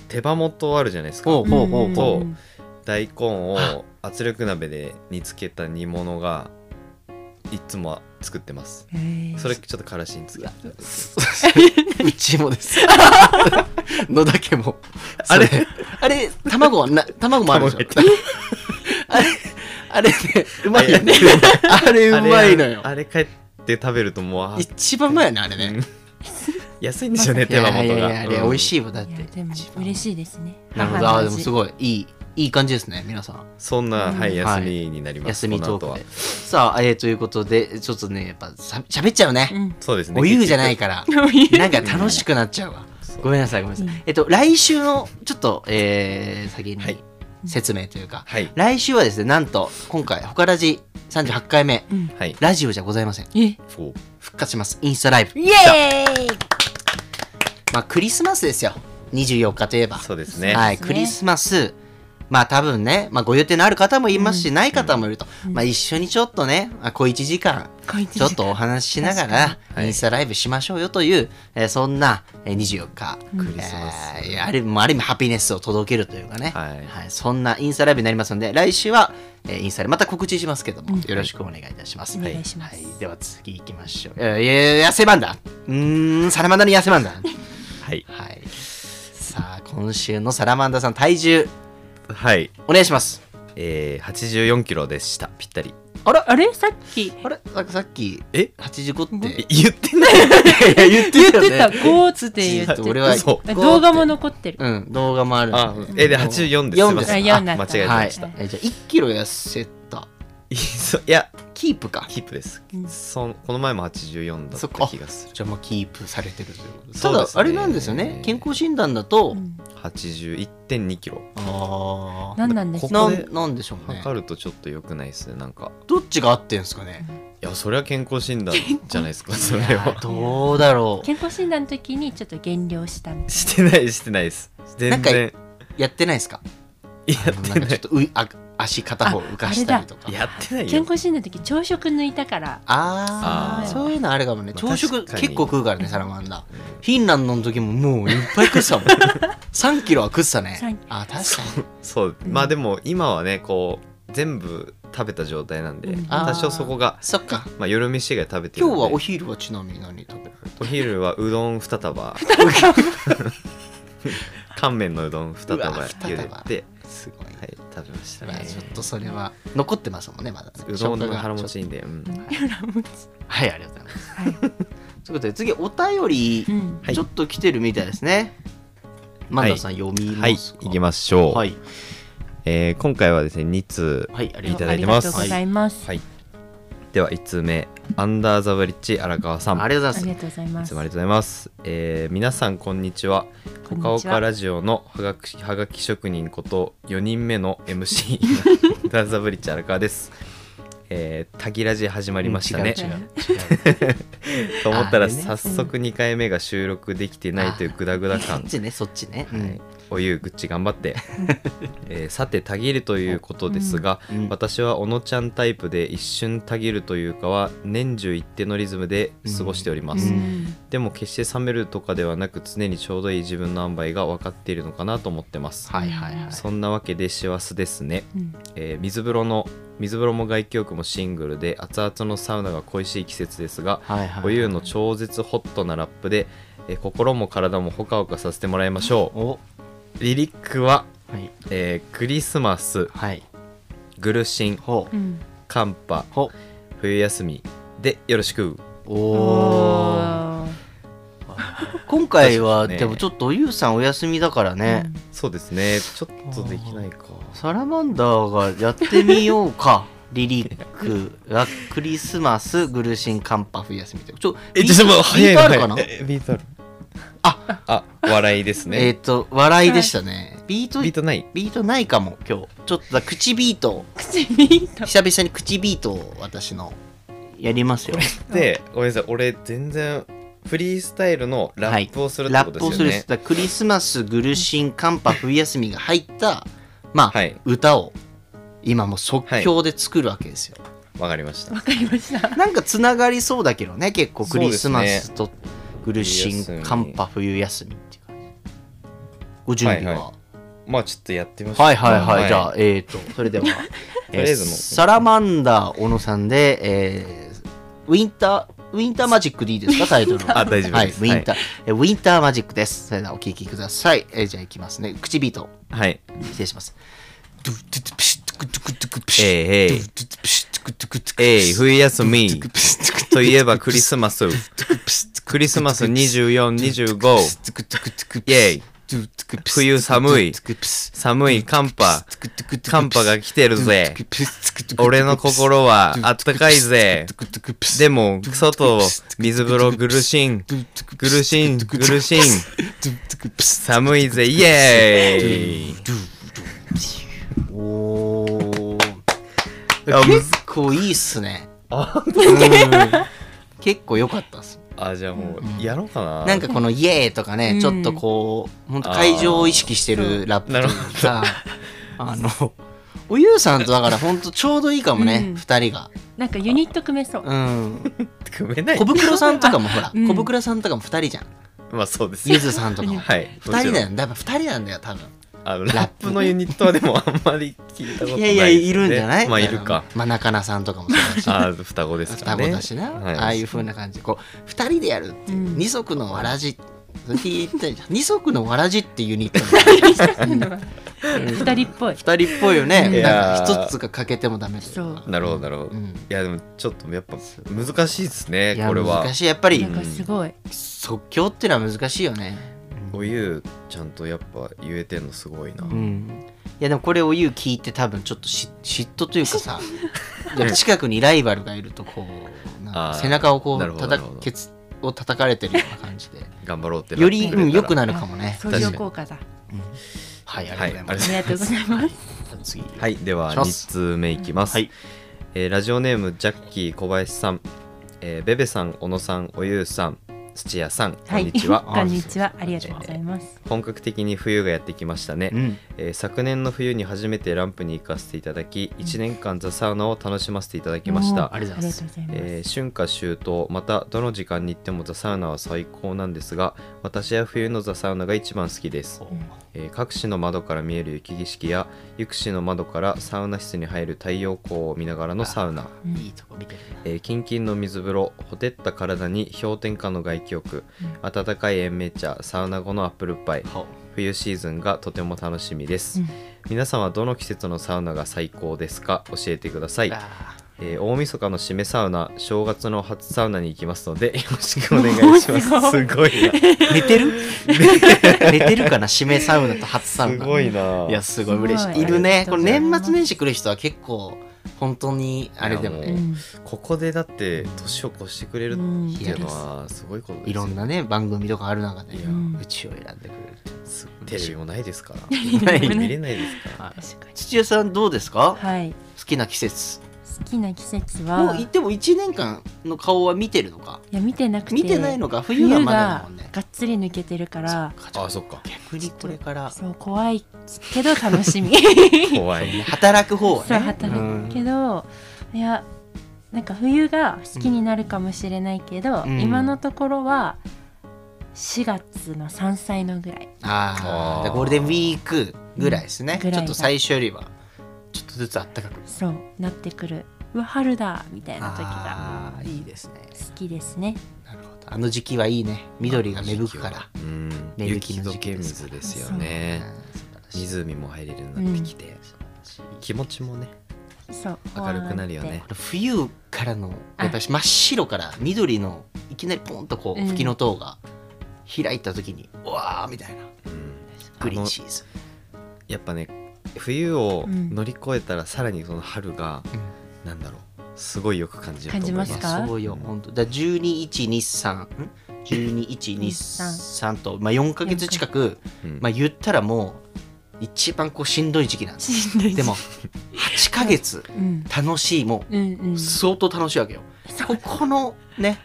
Speaker 4: 手羽元あるじゃないですか
Speaker 2: ほうほうほう
Speaker 4: ほう
Speaker 3: うん
Speaker 4: 大根を圧力鍋で煮つけた煮物がいつも作ってます
Speaker 3: へー
Speaker 4: それちょっとからしにつけて
Speaker 2: うちもです 野田家も
Speaker 4: あれ
Speaker 2: そあれ卵はな卵もあるじゃん
Speaker 4: 卵
Speaker 2: あれあれねうまいよね
Speaker 4: いやい
Speaker 2: あれうまいのよ
Speaker 4: あれあれ帰って食べるともうあ
Speaker 2: 一番うまいよねあれ
Speaker 4: う
Speaker 2: ね
Speaker 4: ん 安いんですよね手羽
Speaker 2: いや
Speaker 4: 元
Speaker 2: いや
Speaker 4: が
Speaker 2: いやあれ美味しいわだっ
Speaker 3: い
Speaker 2: て
Speaker 3: やでも
Speaker 2: 一番
Speaker 3: 嬉しいですね
Speaker 2: なるほどあーでもす
Speaker 3: い
Speaker 2: ごいいいいい感じですね皆さん
Speaker 4: そんな、はい、
Speaker 2: うん
Speaker 4: 休みになります。
Speaker 2: 休み
Speaker 4: この後
Speaker 2: トー
Speaker 4: は
Speaker 2: クで。さあ、えー、ということで、ちょっとね、やっぱしゃ喋っちゃうね。
Speaker 3: うん
Speaker 4: そうですね。。
Speaker 2: お湯じゃないいから、
Speaker 3: う
Speaker 2: なんか楽しくなっちゃうわ。
Speaker 4: そう
Speaker 2: ごめんなさい、ごめんなさ
Speaker 3: う
Speaker 2: い
Speaker 3: ん。
Speaker 2: えっと、来週の、ちょっと、えー、先
Speaker 4: はい
Speaker 2: に説明というか、
Speaker 4: はい。
Speaker 2: 来週はですね、なんと、今回、ホカラジ38回目、
Speaker 3: ん
Speaker 4: はい。
Speaker 2: ラジオじゃございません。
Speaker 3: えイ
Speaker 4: そう。
Speaker 2: 復活します。インスタライブ。
Speaker 3: エーイ
Speaker 2: まあ、クリスマスですよ。24日といえば。
Speaker 4: そうですね。
Speaker 2: は
Speaker 4: はい。
Speaker 2: い、
Speaker 3: そうです
Speaker 2: ク
Speaker 3: ね
Speaker 2: リスマス、まあ多分ね、まあ、ご予定のある方もいますし、ない方もいると、
Speaker 3: うん
Speaker 2: まあ、一緒にちょっとね、あ小1時間、
Speaker 3: 小
Speaker 2: ち
Speaker 3: 一時
Speaker 2: ょ
Speaker 3: 間
Speaker 2: っとお話ししながら、
Speaker 4: かに
Speaker 2: インスタライブしましょうよという、えーそんな、えー24日、
Speaker 4: クリスマス
Speaker 2: えーあるもうある意味ハピネスを届けるというかね、
Speaker 4: はい
Speaker 2: そんなインスタライブになりますので、来週は、えーインスタライブ、また告知しますけども、
Speaker 3: うん
Speaker 2: よろしくお願いいたします。
Speaker 3: お
Speaker 2: はい
Speaker 3: 願いします
Speaker 2: はいでは次行きましょう。えーいやいや、痩せマンダうーん、サラマンダの痩せマンダ
Speaker 4: はい。
Speaker 2: はい。さあ、今週のサラマンダさん、体重、
Speaker 4: はい。
Speaker 2: お願いします。
Speaker 4: えー、84キロでした。ぴったり。
Speaker 3: あらあれさっき
Speaker 2: あれささっき、
Speaker 4: え
Speaker 2: 85って。
Speaker 4: え言ってない
Speaker 2: い や、言っ
Speaker 3: 言って
Speaker 2: よね
Speaker 3: てたゴーツって言っ
Speaker 2: ち
Speaker 3: て
Speaker 2: ょっと俺は
Speaker 4: 嘘
Speaker 3: た動画も残ってる
Speaker 2: うん、動画 もあるんで
Speaker 4: あ、 え、で、84です。すい
Speaker 2: 4
Speaker 4: ま
Speaker 2: です
Speaker 4: せん。あ間違えて
Speaker 3: あ4だった
Speaker 2: は
Speaker 4: ま
Speaker 2: い
Speaker 4: した。。
Speaker 2: えじゃあ、1キロ痩せた。
Speaker 4: い、 そいや、
Speaker 2: キープか。
Speaker 4: キープです
Speaker 3: う。ん
Speaker 4: そんこの前も84だ
Speaker 2: そ
Speaker 4: っ
Speaker 2: っか
Speaker 4: た気がする。
Speaker 2: じゃあ、もうキープされてるということで
Speaker 4: そ
Speaker 2: た
Speaker 4: うです
Speaker 2: だ
Speaker 4: ね、
Speaker 2: あれなんですよね。健康診断だと、
Speaker 3: うん
Speaker 4: 81.2キロ。
Speaker 2: あ
Speaker 3: 何なんで
Speaker 4: こ
Speaker 3: す
Speaker 4: こ
Speaker 2: な
Speaker 4: で
Speaker 2: んなんでしょうね。
Speaker 4: 測るとちょっと良くないですね。なんか。
Speaker 2: どっちが合ってんすかね。
Speaker 4: いや、それは健康診断じゃないです か、それ
Speaker 2: い
Speaker 4: は
Speaker 2: や。どうだろ
Speaker 3: 健康診断の時にちょっと減量したみたい
Speaker 4: してない、してないです。
Speaker 2: なん
Speaker 4: 全
Speaker 2: か
Speaker 4: 然。
Speaker 2: う。やってないですか
Speaker 4: や
Speaker 2: あのなんかちょっとうあ足片方浮かしたりとか。
Speaker 4: やってない
Speaker 3: な
Speaker 4: よ。
Speaker 3: 健康診断の時朝食抜いたから
Speaker 2: あ
Speaker 4: あ
Speaker 2: あ
Speaker 4: ー
Speaker 2: そういうのあるかもね
Speaker 4: まあ
Speaker 2: 朝食
Speaker 4: 確かに
Speaker 2: 結構食うからねサラマンダフィンランドの時ももういっぱい食ってたもん 3キロは食ってた
Speaker 3: 3
Speaker 2: ねあ確かに
Speaker 4: そう、
Speaker 3: うん
Speaker 4: まあでも今はねこう全部食べた状態なんで、
Speaker 3: うん
Speaker 4: 多少そこが
Speaker 2: そ っか
Speaker 4: まあ、夜飯以外食べてるん
Speaker 2: 今
Speaker 4: で
Speaker 2: 日はお昼はちなみに何食べられ
Speaker 4: お昼はうどん2束 乾麺のうどん2
Speaker 2: う
Speaker 4: 束
Speaker 2: わ
Speaker 4: 茹
Speaker 2: 二
Speaker 4: で
Speaker 2: 束
Speaker 4: て、
Speaker 2: たすごい
Speaker 4: はい、食べました
Speaker 2: まあ
Speaker 4: ね
Speaker 2: ちょっとそれは残ってますもんねまだね
Speaker 4: うどんの腹持
Speaker 2: 食
Speaker 4: ちいいんで、うん、
Speaker 2: がはいありがとうございますということで次お便り
Speaker 3: うん
Speaker 4: はい
Speaker 2: ちょっと来てるみたいですねマンダさん読み
Speaker 4: はい
Speaker 2: ま
Speaker 4: い
Speaker 2: すか
Speaker 4: きましょう、
Speaker 2: はい
Speaker 4: えー今回はですね2通
Speaker 2: はいあり
Speaker 4: い
Speaker 2: がと
Speaker 4: た
Speaker 2: う
Speaker 4: だいてます
Speaker 3: ありがとうございます、
Speaker 4: はいでは1通目アンダーザブリッジ荒川さん
Speaker 2: ありが
Speaker 3: あ
Speaker 2: とうござ
Speaker 3: り
Speaker 2: いま
Speaker 3: がとうございま
Speaker 4: いつ
Speaker 3: す
Speaker 4: もありがとうございます。えー皆さんこんにちは。
Speaker 3: こん
Speaker 4: ほ
Speaker 3: にち
Speaker 4: か
Speaker 3: は
Speaker 4: ほかラジオのはがきはがき職人こと4人目の MC ダンザブリッジ荒川です。えー、タギラジ始まりましたね。
Speaker 2: 違う違う違う
Speaker 4: と思ったら
Speaker 2: あーでね
Speaker 4: 早速2回目が収録できてないというグダグダ
Speaker 2: そっ
Speaker 4: 感
Speaker 2: ちねそっちね、 う
Speaker 4: は
Speaker 2: ん
Speaker 4: い、おゆうぐっち頑張って、えーさてたぎるということですが、
Speaker 2: うん
Speaker 4: 私はおのちゃんタイプで一瞬たぎるというかは年中一定のリズムで過ごしておりま
Speaker 3: う
Speaker 4: す、
Speaker 3: ん
Speaker 4: でも決して冷めるとかではなく常にちょうどいい自分の塩梅が分かっているのかなと思ってます、
Speaker 2: はいはいはい
Speaker 4: そんなわけで師走ですね、
Speaker 3: うん
Speaker 4: えー水風呂の水風呂も外気浴もシングルで熱々のサウナが恋しい季節ですが
Speaker 2: はいはい
Speaker 4: おゆうの超絶ホットなラップで、えー心も体もほかほかさせてもらいましょ
Speaker 2: お
Speaker 4: うリリックは、
Speaker 2: はい
Speaker 4: えークリスマス
Speaker 2: はい
Speaker 4: グルシン
Speaker 2: ほう
Speaker 3: うん
Speaker 4: 寒波
Speaker 2: ほ
Speaker 4: 冬休みでよろしく
Speaker 2: うおー
Speaker 3: おー
Speaker 2: 今回は
Speaker 4: そうですね
Speaker 2: でもちょっとおゆうさんお休みだからね、
Speaker 4: そうですねちょっとできないか
Speaker 2: サラマンダーがやってみようか リリックがクリスマスグルシンカンパ冬休みってちょ
Speaker 4: え
Speaker 2: ビ
Speaker 4: ちょっともう早い
Speaker 2: ビートあ
Speaker 4: の
Speaker 2: るかな
Speaker 4: 早いえビートあるああ笑いです
Speaker 2: え
Speaker 4: ね
Speaker 2: っ、と笑いでしたねビート
Speaker 4: ビートない
Speaker 2: ビートないかも今日ちょっとだ口ビー トを
Speaker 3: 口ビート
Speaker 2: 久々に口ビートを私のやります よ
Speaker 4: でごめんなさい俺全然フリースタイルのラップをするって
Speaker 2: ラ
Speaker 4: こ
Speaker 2: ッ
Speaker 4: と
Speaker 2: プを
Speaker 4: ですす
Speaker 2: る
Speaker 4: よ
Speaker 2: っつっ
Speaker 4: ね
Speaker 2: たらクリスマスグルシンカンパ冬休みが入ったまあ、
Speaker 4: はい
Speaker 2: 歌を今もう即興で作るわけですよ、
Speaker 4: わかりました
Speaker 3: わかりました
Speaker 2: なんかつながりそうだけどね結構クリスマスとグルシ
Speaker 4: 冬休
Speaker 2: ン
Speaker 4: み
Speaker 2: カンパ冬休みっていう感じご準備は
Speaker 4: まあちょっとやってみましょう
Speaker 2: はいはいはい、じゃ
Speaker 4: あ
Speaker 2: あえっ、 とそれでは
Speaker 4: とりあえずもう
Speaker 2: えーサラマンダー小野さんで、えーウィンターウィンターマジックでいいですかタイトルは
Speaker 4: あ大丈夫です
Speaker 2: はい、ウィンター、えーウィンターマジックですそれではお聴きください、えーじゃあいきますね口ビート
Speaker 4: はい
Speaker 2: 失礼します
Speaker 4: えいえいえい冬休み といえばクリスマスクリスマス2425イエイ冬寒い寒い寒波寒波が来てるぜ俺の心はあったかいぜでも外を水風呂グルシングルシングルシン寒いぜイエーイ
Speaker 2: おー
Speaker 4: あむず
Speaker 2: 結構いいっすね
Speaker 4: あ
Speaker 2: うん結構良かったっす
Speaker 4: あじゃあもうやろうかな
Speaker 2: なんかこの「イエーイ!」とかね、
Speaker 3: うん
Speaker 2: ちょっとこう本当会場を意識してるラップというか あのおゆうさんとだから本当ちょうどいいかも
Speaker 3: う
Speaker 2: ね、
Speaker 3: ん
Speaker 2: 二2人が
Speaker 3: なんかユニット組めそう
Speaker 2: うん
Speaker 4: 組めない
Speaker 2: 小袋さんとかもほら、
Speaker 3: うん
Speaker 2: 小袋さんとかも2人じゃ ん
Speaker 4: まあそうです
Speaker 2: ゆずさんとかも
Speaker 4: はい
Speaker 2: 2人だ
Speaker 4: よ
Speaker 2: よねやっぱ2人なんだよ多分
Speaker 4: あの
Speaker 2: ラップ
Speaker 4: ラップのユニットはでもあんまり聞いたこと
Speaker 2: い
Speaker 4: な
Speaker 2: や
Speaker 4: いです
Speaker 2: いや
Speaker 4: ね
Speaker 2: いるんじゃない
Speaker 4: まあいるか
Speaker 2: まあ中菜さんとかもそうだし
Speaker 4: あー双子ですか
Speaker 2: 双
Speaker 4: ね
Speaker 2: 子だしな、
Speaker 4: はい
Speaker 2: ああいう風な感じでこう2人でやるっていう、
Speaker 3: うん
Speaker 2: 二足のわら じそれ聞いてんじゃん二足のわらじっていうユニット
Speaker 3: 二人っぽい
Speaker 2: 2人っぽいよ
Speaker 4: い
Speaker 2: ね
Speaker 4: や
Speaker 2: な
Speaker 4: ー
Speaker 2: んか1つが欠けてもダメといか
Speaker 3: そう
Speaker 4: なるほどなるほど、
Speaker 2: うん
Speaker 4: いやでもちょっとやっぱ難しいですね
Speaker 2: いや
Speaker 4: これは
Speaker 2: 難しいやっぱり
Speaker 3: なんかすごい
Speaker 2: 即興ってのは難しいよね
Speaker 4: おゆうちゃんとやっぱ言えてんのすごいな、
Speaker 2: うん、いやでもこれを言う聞いて多分ちょっとし嫉妬という かさやっぱ近くにライバルがいるとこうなんか
Speaker 4: あー
Speaker 2: 背中をこ
Speaker 4: なる
Speaker 2: う
Speaker 4: ほど
Speaker 2: たた
Speaker 4: なるほど
Speaker 2: ケツを叩かれてるような感じで
Speaker 4: 頑張ろうって
Speaker 2: より、うん、良く
Speaker 4: い
Speaker 2: なるかもね
Speaker 3: 相乗効果だ
Speaker 2: はいありが
Speaker 4: は
Speaker 2: と
Speaker 4: いあ
Speaker 2: うございま
Speaker 4: り
Speaker 2: す、
Speaker 3: ありがとうございます
Speaker 2: 次
Speaker 4: はいでは
Speaker 2: しま
Speaker 4: 2
Speaker 2: す
Speaker 4: 通目いきます、
Speaker 2: はい
Speaker 4: えーラジオネームジャッキー小林さん、えー、ベベさん小野さんおゆうさん土屋さんこんにちは、
Speaker 3: こんにちは。ありがとうございます。
Speaker 4: 本格的に冬がやってきましたね、
Speaker 2: うん
Speaker 4: えー昨年の冬に初めてランプに行かせていただき1年間ザ・サウナを楽しませていただきまし
Speaker 3: おー
Speaker 4: た
Speaker 2: あ、りがとうございます
Speaker 3: ありがとうござい
Speaker 4: えー春夏秋冬またどの時間に行ってもザ・サウナは最高なんですが私は冬のザ・サウナが一番好きです、えー各市の窓から見える雪景色や行く市の窓からサウナ室に入る太陽光を見ながらのサウナ
Speaker 3: うん
Speaker 2: いいとこ見てるな
Speaker 4: えーキンキンの水風呂ほてった体に氷点下の外気浴、温かい延命茶サウナ後のアップルパイ冬シーズンがとても楽しみです、
Speaker 3: うん
Speaker 4: 皆さんはどの季節のサウナが最高ですか教えてください、
Speaker 2: あ
Speaker 4: えー大晦日の締めサウナ正月の初サウナに行きますのでよ ろしくお願いしますすごい
Speaker 2: ー寝てる寝てるかな締めサウナと初サ
Speaker 4: な
Speaker 2: ウ
Speaker 4: す
Speaker 2: ナ
Speaker 4: ごいない
Speaker 2: やすごい嬉し
Speaker 3: すご
Speaker 2: い
Speaker 3: い
Speaker 2: いる
Speaker 3: あり
Speaker 2: ね
Speaker 3: が
Speaker 2: こと
Speaker 3: う
Speaker 2: れ
Speaker 3: ございま
Speaker 2: 年
Speaker 3: す
Speaker 2: 末年始来る人は結構本当にあれでも
Speaker 4: いや
Speaker 2: ね
Speaker 4: も
Speaker 3: ます。
Speaker 4: ここでだって年を越してくれるっていうのはすごいことです
Speaker 2: いろん
Speaker 4: な
Speaker 2: なね番組とかある中で
Speaker 4: いや
Speaker 2: うんうちを選んでくれる
Speaker 4: テレビもないですから
Speaker 3: うん
Speaker 2: ない
Speaker 4: 見れないですから
Speaker 3: 確かに
Speaker 2: 土屋さんどうですか
Speaker 3: はい。
Speaker 2: 好きな季節
Speaker 3: 好好きな季節
Speaker 2: も
Speaker 3: は
Speaker 2: うい
Speaker 3: い
Speaker 2: でも1年間の顔は見てるのか
Speaker 3: や見てなくて
Speaker 2: 見てないのか冬
Speaker 3: 冬
Speaker 2: は
Speaker 3: が
Speaker 2: まだだもんね
Speaker 3: がっつり抜けてるから
Speaker 4: あそっか
Speaker 2: 逆にこれから
Speaker 3: そう怖いけど楽しみ
Speaker 4: 怖い
Speaker 2: 働く方はね
Speaker 3: そう働くけど、いやなんか冬が好きになるかもしれないけど、
Speaker 2: うん
Speaker 3: 今のところは4月の3歳のぐらい
Speaker 2: あ
Speaker 4: あー
Speaker 2: あゴールデンウィークぐらいですね、
Speaker 3: うんぐ
Speaker 2: ち
Speaker 3: らい
Speaker 2: ょっ
Speaker 3: だ
Speaker 2: と最初よりはちょっとずつあったかく
Speaker 3: そうなってくるうわ春だみたいな時が
Speaker 2: ああいいですね
Speaker 3: 好きですね
Speaker 2: なるほどあの時期はいいね緑が芽吹くから
Speaker 4: うん
Speaker 2: 芽吹き
Speaker 4: 雪解
Speaker 2: の時期
Speaker 4: け
Speaker 2: です
Speaker 4: 水ですよね湖も入れるようになってきて、気持ちもね
Speaker 3: そう
Speaker 4: 明るくなるよね
Speaker 2: これ冬からのやっぱり真っ白から緑のいきなりポンとこう
Speaker 3: うん
Speaker 2: 吹きの塔が開いた時に、うわーみたいなグリーンチーズ
Speaker 4: やっぱね冬を乗り越えたらさらにその春が、なんだろうすごいよく感じると思います
Speaker 3: 感じます
Speaker 2: い
Speaker 3: か
Speaker 2: やそうよ本当だ12123 12123と、まあ、4か月近く、
Speaker 4: うん
Speaker 2: まあ、言ったらもう一番こうしんどい時期なんです
Speaker 3: しんどい
Speaker 2: でも8か月
Speaker 3: うん
Speaker 2: 楽しいも
Speaker 3: うんう
Speaker 2: うん相当楽しいわけよ、ここのね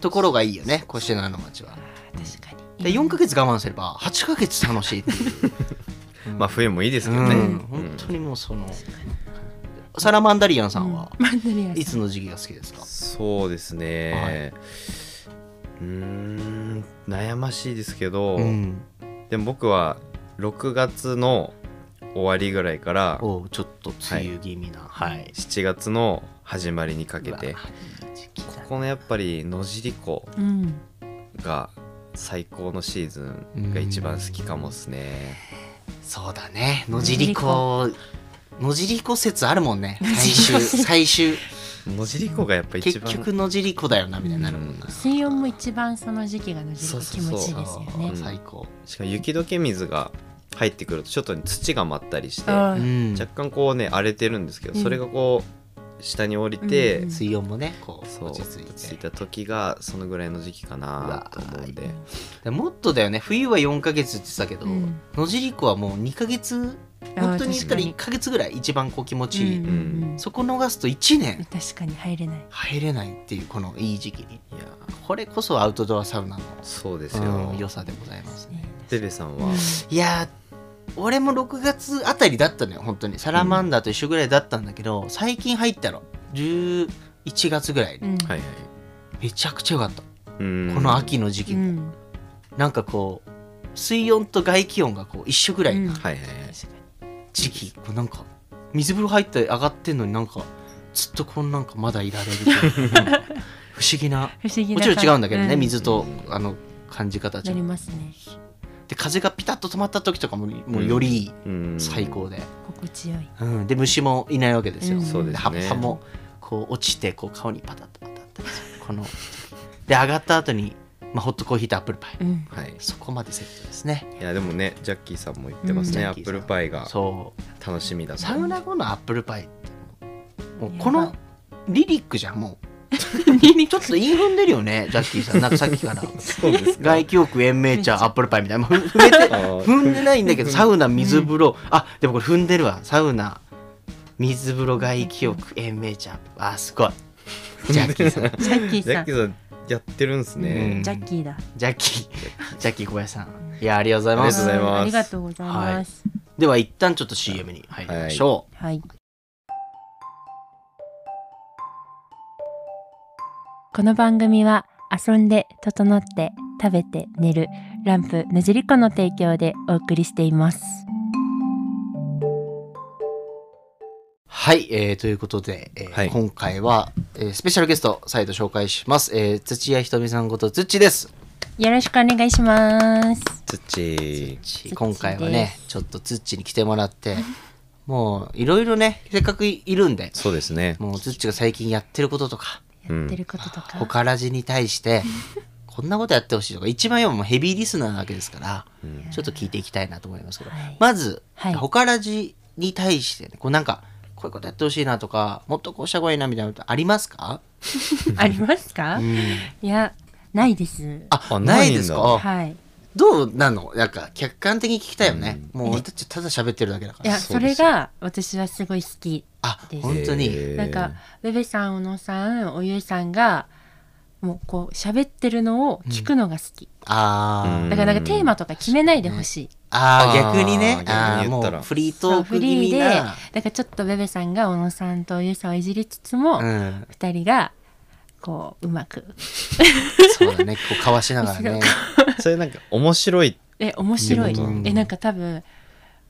Speaker 2: ところがいいよね越谷の町は
Speaker 3: 確かに
Speaker 2: で4か月我慢すれば8か月楽しいっていう、
Speaker 4: まあ冬もいいですけ
Speaker 2: う
Speaker 4: どね、
Speaker 2: ん、本当にもうそのサラマンダリアンさんは
Speaker 3: マンダリアン
Speaker 2: いつの時期が好きですか、
Speaker 4: そうですね、うーん悩ましいですけど、
Speaker 2: うん、
Speaker 4: でも僕は6月の終わりぐらいから
Speaker 2: おうちょっと梅雨気味なはい、
Speaker 4: 7月の始まりにかけて
Speaker 2: うわいい時期だ
Speaker 4: このやっぱり野尻湖
Speaker 3: うん
Speaker 4: が最高のシーズンが一番好きかもっすね、
Speaker 2: そうだね野尻湖野尻湖説あるもんね最終最終
Speaker 4: 野尻湖がやっぱ一
Speaker 2: 結
Speaker 4: 番
Speaker 2: 局野尻湖だよなみたいになるもんな、
Speaker 3: 水温も一番その時期がのじると気持ちいいですよね
Speaker 4: う
Speaker 2: 最高、
Speaker 4: しかも雪解け水が入ってくるとちょっと土が舞ったりして
Speaker 3: あ
Speaker 4: 若
Speaker 3: ー
Speaker 2: うん
Speaker 4: 干こうね荒れてるんですけど、
Speaker 3: うん
Speaker 4: それがこう下に降りて、
Speaker 3: うん
Speaker 2: 水温もねこう
Speaker 4: そう
Speaker 2: 落
Speaker 4: 落
Speaker 2: ち着いて
Speaker 4: ち着いた時がそのぐらいの時期かなと思うんで
Speaker 2: でもっとだよね冬は4か月って言ってたけど、
Speaker 3: うん
Speaker 2: 野尻湖はもう2か月本当に言ったら1か月ぐらい一番こう気持ちいい、
Speaker 3: うんうん
Speaker 2: そこ逃すと1
Speaker 3: うん
Speaker 2: 年
Speaker 3: 確かに入れない
Speaker 2: 入れないっていうこのいい時期
Speaker 4: い
Speaker 2: に
Speaker 4: や
Speaker 2: これこそアウトドアサウナの
Speaker 4: そうですよ、
Speaker 2: うん良さでございますね
Speaker 3: ね
Speaker 4: デベさん
Speaker 3: う
Speaker 4: は、
Speaker 3: ん
Speaker 2: いやー俺も6月あたりだったのよ本当にサラマンダーと一緒ぐらいだったんだけど、最近入ったの11月ぐらいに、
Speaker 3: うん
Speaker 4: はいはい
Speaker 2: めちゃくちゃ良かった、
Speaker 4: うん
Speaker 2: この秋の時期
Speaker 3: う
Speaker 2: も、
Speaker 3: ん
Speaker 2: なんかこう水温と外気温がこう一緒ぐらいな
Speaker 4: はいはいはい
Speaker 2: 時期、こうなんか水風呂入って上がってんのになんかずっとこんなんかまだいられる というなんか不思議な
Speaker 3: 不思議
Speaker 2: も
Speaker 3: な
Speaker 2: ち
Speaker 3: 感
Speaker 2: ろん違うんだけどね、
Speaker 3: う
Speaker 2: 水とあの感じ方じゃ
Speaker 3: なり
Speaker 2: ん
Speaker 3: ますね
Speaker 2: で風がピタッと止まった時とかももうよりいい
Speaker 4: うん
Speaker 2: 最高で、
Speaker 3: 心地よい
Speaker 2: うん、で虫もいないわけですよ、
Speaker 3: うんそう
Speaker 4: ですね
Speaker 2: 葉っぱもこう落ちてこう顔にパタッとパタッとこので上がった後にまあ、ホットコーヒーとアップルパイ、
Speaker 3: うん
Speaker 4: はい
Speaker 2: そこまでセットですね
Speaker 4: いやでもねジャッキーさんも言ってます
Speaker 2: ジ
Speaker 4: ね、
Speaker 2: ャ
Speaker 4: ア
Speaker 2: キー
Speaker 4: ッ
Speaker 2: さ
Speaker 4: プ
Speaker 2: ん
Speaker 4: ルパイが
Speaker 2: そう
Speaker 4: 楽しみだと
Speaker 2: サウナ後のアップルパイってもうもう
Speaker 3: やば
Speaker 2: このリリックじゃんもうちょっと言い踏んでるよねジャッキーさんなんかさっきから
Speaker 4: そうですか
Speaker 2: 外気浴延命茶アップルパイみたいなもうふ踏めて
Speaker 4: あー
Speaker 2: 踏んでないんだけどサウナ水風呂、あでもこれ踏んでるわサウナ水風呂外気浴延命茶あすごいジャッキ ーさん
Speaker 3: ジャッキー
Speaker 4: ジャ
Speaker 3: さ
Speaker 4: ッ
Speaker 3: ん
Speaker 4: キーさんやってるんです
Speaker 2: う
Speaker 4: ね
Speaker 2: ん、
Speaker 3: ジャッキーだ
Speaker 2: ジャッキージャッキー小林さんいやありがとうござい
Speaker 4: あ
Speaker 2: ま
Speaker 4: りがとうご
Speaker 2: す
Speaker 4: ざいます
Speaker 3: ありがとうございます
Speaker 2: では一旦ちょっと CM に入りましょう、
Speaker 3: はいこの番組は遊んで整って食べて寝るランプのじりこの提供でお送りしています
Speaker 2: はい、えーということで、えー
Speaker 4: はい
Speaker 2: 今回は、えースペシャルゲスト再度紹介します、えー土屋ひとみさんこと土です
Speaker 3: よろしくお願いします
Speaker 4: 土
Speaker 2: 今回は
Speaker 3: で
Speaker 2: ねちょっと土に来てもらってもういろいろねせっかくいるんで
Speaker 4: そうですね
Speaker 2: もう土が最近やってることとか
Speaker 4: う
Speaker 3: やって
Speaker 4: ん
Speaker 3: ることとか、
Speaker 2: ほからじに対してこんなことやってほしいとか一番今もうヘビーリスナーなわけですから、ちょっと聞いていきたいなと思いますけど、
Speaker 3: はい
Speaker 2: まず、
Speaker 3: はい
Speaker 2: ほからじに対して、ね、こうなんかこういうことやってほしいなとかもっとこうした方がいいなみたいなことありますか
Speaker 3: ありますか、いやないです
Speaker 2: あ
Speaker 4: あ
Speaker 2: な
Speaker 4: ないいんだ
Speaker 2: ですか
Speaker 3: はい
Speaker 2: どうなのなんか客観的に聞きたいよね、もう俺たちただ喋ってるだけだか
Speaker 3: い
Speaker 2: ら
Speaker 3: や
Speaker 4: そ
Speaker 3: そう
Speaker 4: で
Speaker 3: れ
Speaker 4: すよ
Speaker 3: が私はすごい好き
Speaker 2: あ
Speaker 3: です
Speaker 2: 本当に、
Speaker 4: えー
Speaker 3: なんかベベさん小野さんおゆうさんがもうこう喋ってるのを聞くのが好き、
Speaker 2: あー、
Speaker 4: うん
Speaker 3: だからなんかテーマとか決めないでほしい、
Speaker 2: あー
Speaker 4: あー
Speaker 2: 逆にねあ
Speaker 4: 逆
Speaker 2: ー
Speaker 4: に言
Speaker 2: も
Speaker 4: ったら
Speaker 2: うフリー
Speaker 3: そ
Speaker 2: ト
Speaker 3: う
Speaker 2: ー
Speaker 3: フ
Speaker 2: ク気
Speaker 3: リー
Speaker 2: 味
Speaker 3: で
Speaker 2: な
Speaker 3: だからちょっとベベさんが小野さんとおゆうさんをいじりつつも、
Speaker 2: うん
Speaker 3: 二人がこううまく
Speaker 2: そうだねこう交わしながらね
Speaker 4: それなんか面白い
Speaker 3: え面白い
Speaker 4: 見事
Speaker 3: えなんか多分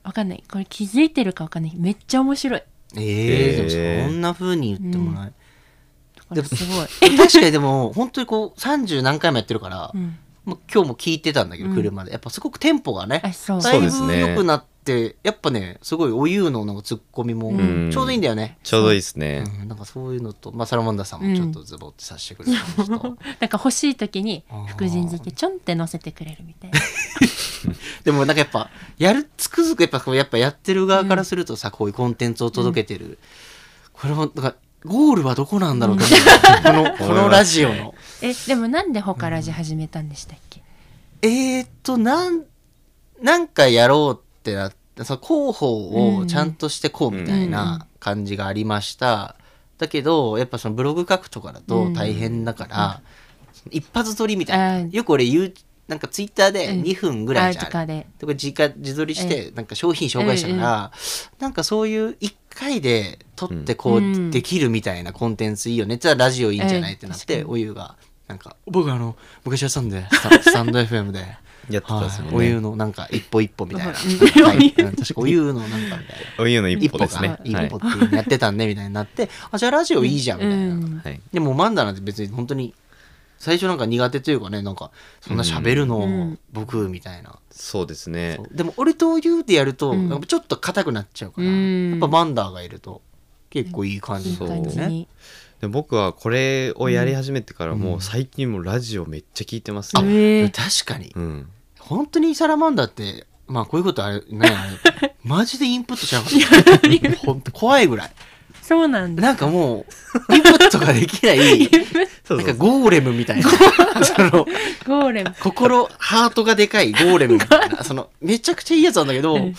Speaker 3: わかんないこれ気づいてるかわかんないめっちゃ面白い
Speaker 2: え
Speaker 4: えー
Speaker 2: ー、でもそんな風に言ってもない、
Speaker 3: これすごい、
Speaker 2: 確かにでも本当にこう30何回もやってるから、
Speaker 3: うん、
Speaker 2: まあ今日も聞いてたんだけど、
Speaker 3: うん
Speaker 2: 車でやっぱすごくテンポがね
Speaker 3: あそう
Speaker 2: だいぶ
Speaker 4: そうですね
Speaker 2: 良くなってやっぱねすごいお湯のなんかツッコミも
Speaker 4: うん
Speaker 2: ちょうどいいんだよね、
Speaker 4: ちょうどいいですね。
Speaker 2: うんなんかそういうのと、まあ、サラマンダーさんもちょっとズボってさせてくれた りと
Speaker 3: なんか欲しい時に
Speaker 2: あー
Speaker 3: 福神漬けちょんって乗せてくれるみ たいな
Speaker 2: でもなんかやっぱやるつくづくやっぱこうやっぱやってる側からするとさ、こういうコンテンツを届けてる、これもなんかゴールはどこなんだろうと 思う、このこのラジオの。
Speaker 3: えでもなんでほからじ始めたんでしたっけ、
Speaker 2: えー、っとなんなんかやろうってなってその広報をちゃんとしてこうみたいな感じがありました、だけどやっぱそのブログ書くとかだ
Speaker 3: う
Speaker 2: と
Speaker 3: ん
Speaker 2: 大変だから、一発撮りみたいな、
Speaker 3: うん
Speaker 2: よく俺言うなんかツイッターで
Speaker 3: うん
Speaker 2: 2分ぐらいじ
Speaker 3: あ
Speaker 2: ゃ
Speaker 3: と
Speaker 2: ん、
Speaker 3: かで
Speaker 2: とか自家自撮りしてなんか商品紹介したから、なんかそういう1回で撮ってこ
Speaker 3: う
Speaker 2: うんできるみたいなコンテンツいいよねじゃあラジオいいんじゃない
Speaker 3: ええ
Speaker 2: ってなっ
Speaker 3: 確
Speaker 2: て
Speaker 3: かに
Speaker 2: おゆうがなんか僕あの昔やってたんでスタ スタンド FM で。
Speaker 4: やってたんです
Speaker 2: は
Speaker 4: も
Speaker 2: い
Speaker 4: ん
Speaker 2: お
Speaker 4: ね。
Speaker 2: 湯のなんか一歩一歩みたいな。
Speaker 3: うん
Speaker 2: はいうん確かお湯のなんかみたいな。
Speaker 4: お湯の一
Speaker 2: 一
Speaker 4: 歩
Speaker 2: 歩
Speaker 4: ですね。
Speaker 2: が
Speaker 4: は
Speaker 2: 一
Speaker 4: い
Speaker 2: 歩。っていうのやってたんでみたいになって、あ、じゃあラジオいいじゃんみたいな。
Speaker 3: うん
Speaker 4: はい
Speaker 2: でもマンダなんて別に本当に最初なんか苦手というかね、なんかそんな喋る
Speaker 3: う
Speaker 2: の
Speaker 3: ん
Speaker 2: 僕みたいな。
Speaker 4: そうですね
Speaker 2: そ。うでも俺とお湯でやると
Speaker 3: うん
Speaker 2: なんかちょっと硬くなっちゃうから、
Speaker 3: うん
Speaker 2: やっぱマンダーがいると結構いい感
Speaker 3: い
Speaker 2: じ
Speaker 3: い
Speaker 4: そう
Speaker 3: 感じに
Speaker 4: で僕はこれをやり始めてからもう最近もラジオめっちゃ聞いてます
Speaker 3: え
Speaker 4: ね。
Speaker 3: ー
Speaker 2: 確かに。
Speaker 4: うん。
Speaker 2: 本当にサラマンダーって、まあこういうことあれね、あれマジでインプットしなかった。本当怖いぐらい。
Speaker 3: そうなんだ
Speaker 2: なんかもう、インプットができない、
Speaker 4: そう
Speaker 2: なん
Speaker 4: そ
Speaker 2: か
Speaker 4: う
Speaker 2: ゴーレムみたいな。その、
Speaker 3: ゴーレ ム
Speaker 2: 心、ハートがでかいゴーレムみたいな。その、めちゃくちゃいいやつなんだけど、
Speaker 3: うん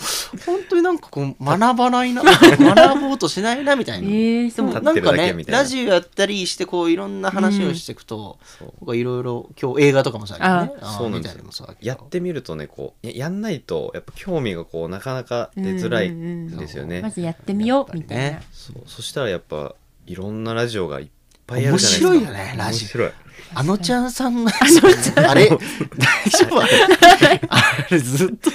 Speaker 2: 本当になんかこう、学ばないな、学ぼうとしないな、みたい
Speaker 3: え
Speaker 2: な。
Speaker 3: ー、
Speaker 2: で
Speaker 3: そう
Speaker 2: も
Speaker 3: なんだ
Speaker 2: なん
Speaker 4: 立って
Speaker 2: か
Speaker 4: るだけ
Speaker 2: ね
Speaker 4: みたいな
Speaker 2: ラジオやったりしてこういろんな話をしていくと、
Speaker 4: そう
Speaker 2: 僕はいろいろ今日映画とかもさ、ね、
Speaker 4: あそうなんですよ
Speaker 2: よ
Speaker 4: やってみるとねこうややんないとやっぱ興味がこうなかなか出づらいんですよね。
Speaker 3: まずやってみようみたいな、
Speaker 2: やっぱ
Speaker 4: そうそしたらやっぱいろんなラジオがいっぱいあるじゃないですか。
Speaker 2: 面白いよねラジオ
Speaker 4: 面白い。
Speaker 2: あのちゃんさんのあれ大丈夫あれあれずっと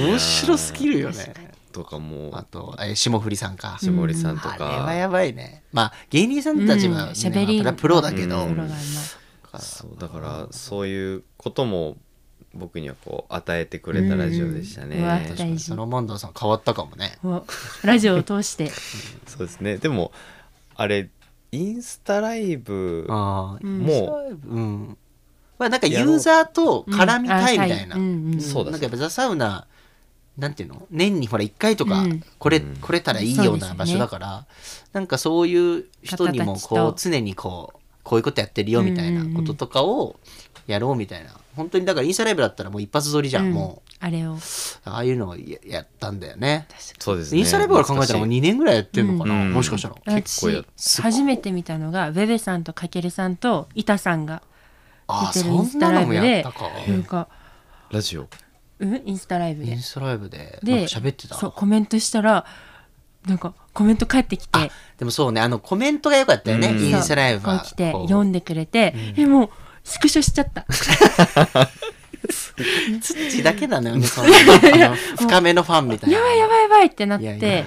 Speaker 2: 面白すぎるよね
Speaker 3: 確かに
Speaker 4: とかも
Speaker 2: あ
Speaker 4: う
Speaker 2: とえ霜降りさんか
Speaker 4: 下森さんと
Speaker 2: あれは
Speaker 4: か。
Speaker 2: やばいねまあ芸人さんたちは、ね
Speaker 3: うん喋り
Speaker 2: まあプロだけど、
Speaker 4: う
Speaker 3: プロがうま
Speaker 4: ん
Speaker 3: い
Speaker 4: そうだからそういうことも僕にはこう与えてくれたラジオでしたね。
Speaker 3: うんうわ
Speaker 2: 確かにサラマンダーさん変わったかもね
Speaker 3: おラジオを通して
Speaker 4: そうですねでもあれインスタライブ
Speaker 2: ああ
Speaker 3: うん
Speaker 4: も
Speaker 2: うんまあなんかユーザーと絡みたいみたいな、
Speaker 3: うんうんうん
Speaker 4: そうだ
Speaker 2: なんかやっぱザ・サウナなんていうの年にほら1回とか
Speaker 3: うん
Speaker 2: これ,、
Speaker 4: うん
Speaker 2: これたらいいような場所だから、なんかそういう人にも
Speaker 3: 方
Speaker 2: こ
Speaker 3: た
Speaker 2: う
Speaker 3: ち
Speaker 2: 常にこうこういうことやってるよみたいなこととかをやろうみたいな本当にだからインスタライブだったらもう一発撮りじゃん、
Speaker 3: うん
Speaker 2: も
Speaker 3: あれを確
Speaker 2: うああいうのをややったんだよね
Speaker 4: そうですね
Speaker 2: インスタライブから考えたらもう2年ぐらいやってるのかな、
Speaker 4: うん
Speaker 2: もしかしたら。
Speaker 3: かに
Speaker 4: 結構やっ
Speaker 3: 私初めて見たのがベベさんとかけるさんとイタさんが
Speaker 2: ああ
Speaker 3: 出
Speaker 2: そ
Speaker 3: てるイン
Speaker 2: ん
Speaker 3: スタ
Speaker 2: な
Speaker 3: ライ
Speaker 2: の
Speaker 3: ブ
Speaker 2: も
Speaker 3: で
Speaker 2: やったか。
Speaker 3: なんか、
Speaker 4: ラジオ
Speaker 3: うん、インスタライブ
Speaker 2: イ
Speaker 3: で
Speaker 2: ンスタライブで
Speaker 3: で
Speaker 2: なんか喋ってた
Speaker 3: そうコメントしたらなんかコメント返ってきて
Speaker 2: でもそうねあのコメントが良かったよね、
Speaker 4: うん
Speaker 2: インスタライブ
Speaker 3: こう
Speaker 2: は
Speaker 3: 来て
Speaker 2: こう
Speaker 3: 読んでくれて、えもうスクショしち ゃった
Speaker 2: 土だけなの よね、そのあの深めのファンみたいな。
Speaker 3: やばいやばいやばいってなって
Speaker 2: いやいやいや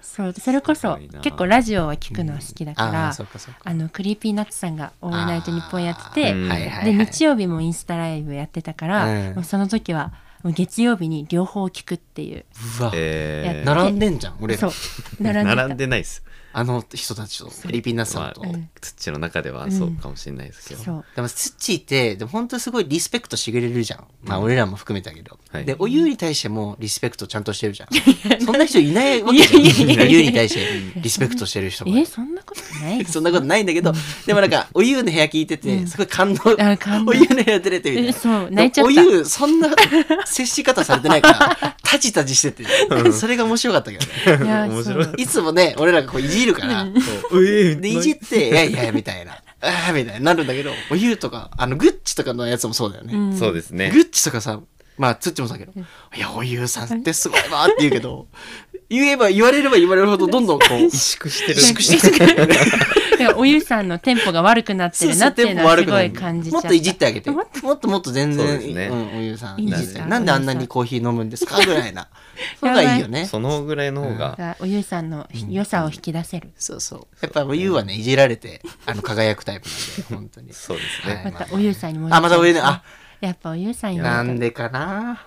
Speaker 3: そうそれこそ
Speaker 4: すごいな
Speaker 3: 結構ラジオは聞くのは好きだか
Speaker 2: あ
Speaker 3: ら、
Speaker 2: あ、そっかそっか。
Speaker 3: あのクリーピーナッツさんが「オールナイトニッポン」やってて、
Speaker 4: あーうん
Speaker 2: はいはいはい、
Speaker 3: で日曜日もインスタライブやってたから、
Speaker 2: うん
Speaker 3: もうその時はもう月曜日に両方聞くっていう
Speaker 2: うわ、
Speaker 4: えー
Speaker 2: 並んでんじゃん、俺ら。
Speaker 3: そう並んでた
Speaker 4: 並んでないです
Speaker 2: あの人たちとフィリピンナッツさんと。
Speaker 4: まあ
Speaker 3: うん
Speaker 4: 土の中ではそうかもしれないですけど、
Speaker 3: そう
Speaker 2: でもツッチーってでも本当にすごいリスペクトしてくれるじゃん、まあ俺らも含めたけど、
Speaker 4: はい
Speaker 2: でおゆうに対してもリスペクトちゃんとしてるじゃ んそんな人いないわけじゃん
Speaker 3: いやいやいやいや
Speaker 2: おゆうに対してリスペクトしてる人が
Speaker 3: えそんなことないで す
Speaker 2: そんなことないんだけどでもなんかおゆうの部屋聞いててすごい感動,、
Speaker 3: あ感動
Speaker 2: おゆうの部屋出れてみたいな
Speaker 3: えそう泣いちゃった
Speaker 2: おゆうそんな接し方されてない からタジタジしててそれが面白かったけどね
Speaker 3: いや
Speaker 4: 面白い
Speaker 3: そう
Speaker 2: いつもね俺らがこういじるから、
Speaker 4: そうえー
Speaker 2: で、いじって、いやいや、みたいな。ああ、みたいになるんだけど、おゆうとか、あの、グッチとかのやつもそうだよね。
Speaker 3: うん
Speaker 4: そうですね
Speaker 2: グッチとかさ、まあ、つっちもそうだけど、いや、おゆうさんってすごいわって言うけど、言えば言われれば言われるほど、どんどんこう、萎縮してる。萎縮 してる。
Speaker 3: いやおゆさんのテンポが悪くなってるなっていうのはすごい感じちゃ
Speaker 2: もっ
Speaker 3: っ
Speaker 2: たといじってあげ て。
Speaker 3: も
Speaker 2: もっともっと全
Speaker 4: そう
Speaker 2: 然、
Speaker 4: ですね
Speaker 2: うん、おゆうさん。
Speaker 3: いい
Speaker 4: ですね
Speaker 2: なんであんなにコーヒー飲むんですかぐらいな。
Speaker 3: ば
Speaker 2: の
Speaker 3: い
Speaker 2: がいいよね。
Speaker 4: そのぐらいの方が、
Speaker 3: がおゆさんの良さを引き出せる
Speaker 2: そうそう。やっぱおゆうはね、いじられて、あの、輝くタイプなんで、本当に。
Speaker 4: そうですね、
Speaker 2: はい
Speaker 3: またおゆさんに戻
Speaker 2: あ、またおゆうね、あ、
Speaker 3: やっぱおゆさんに
Speaker 2: なんでかな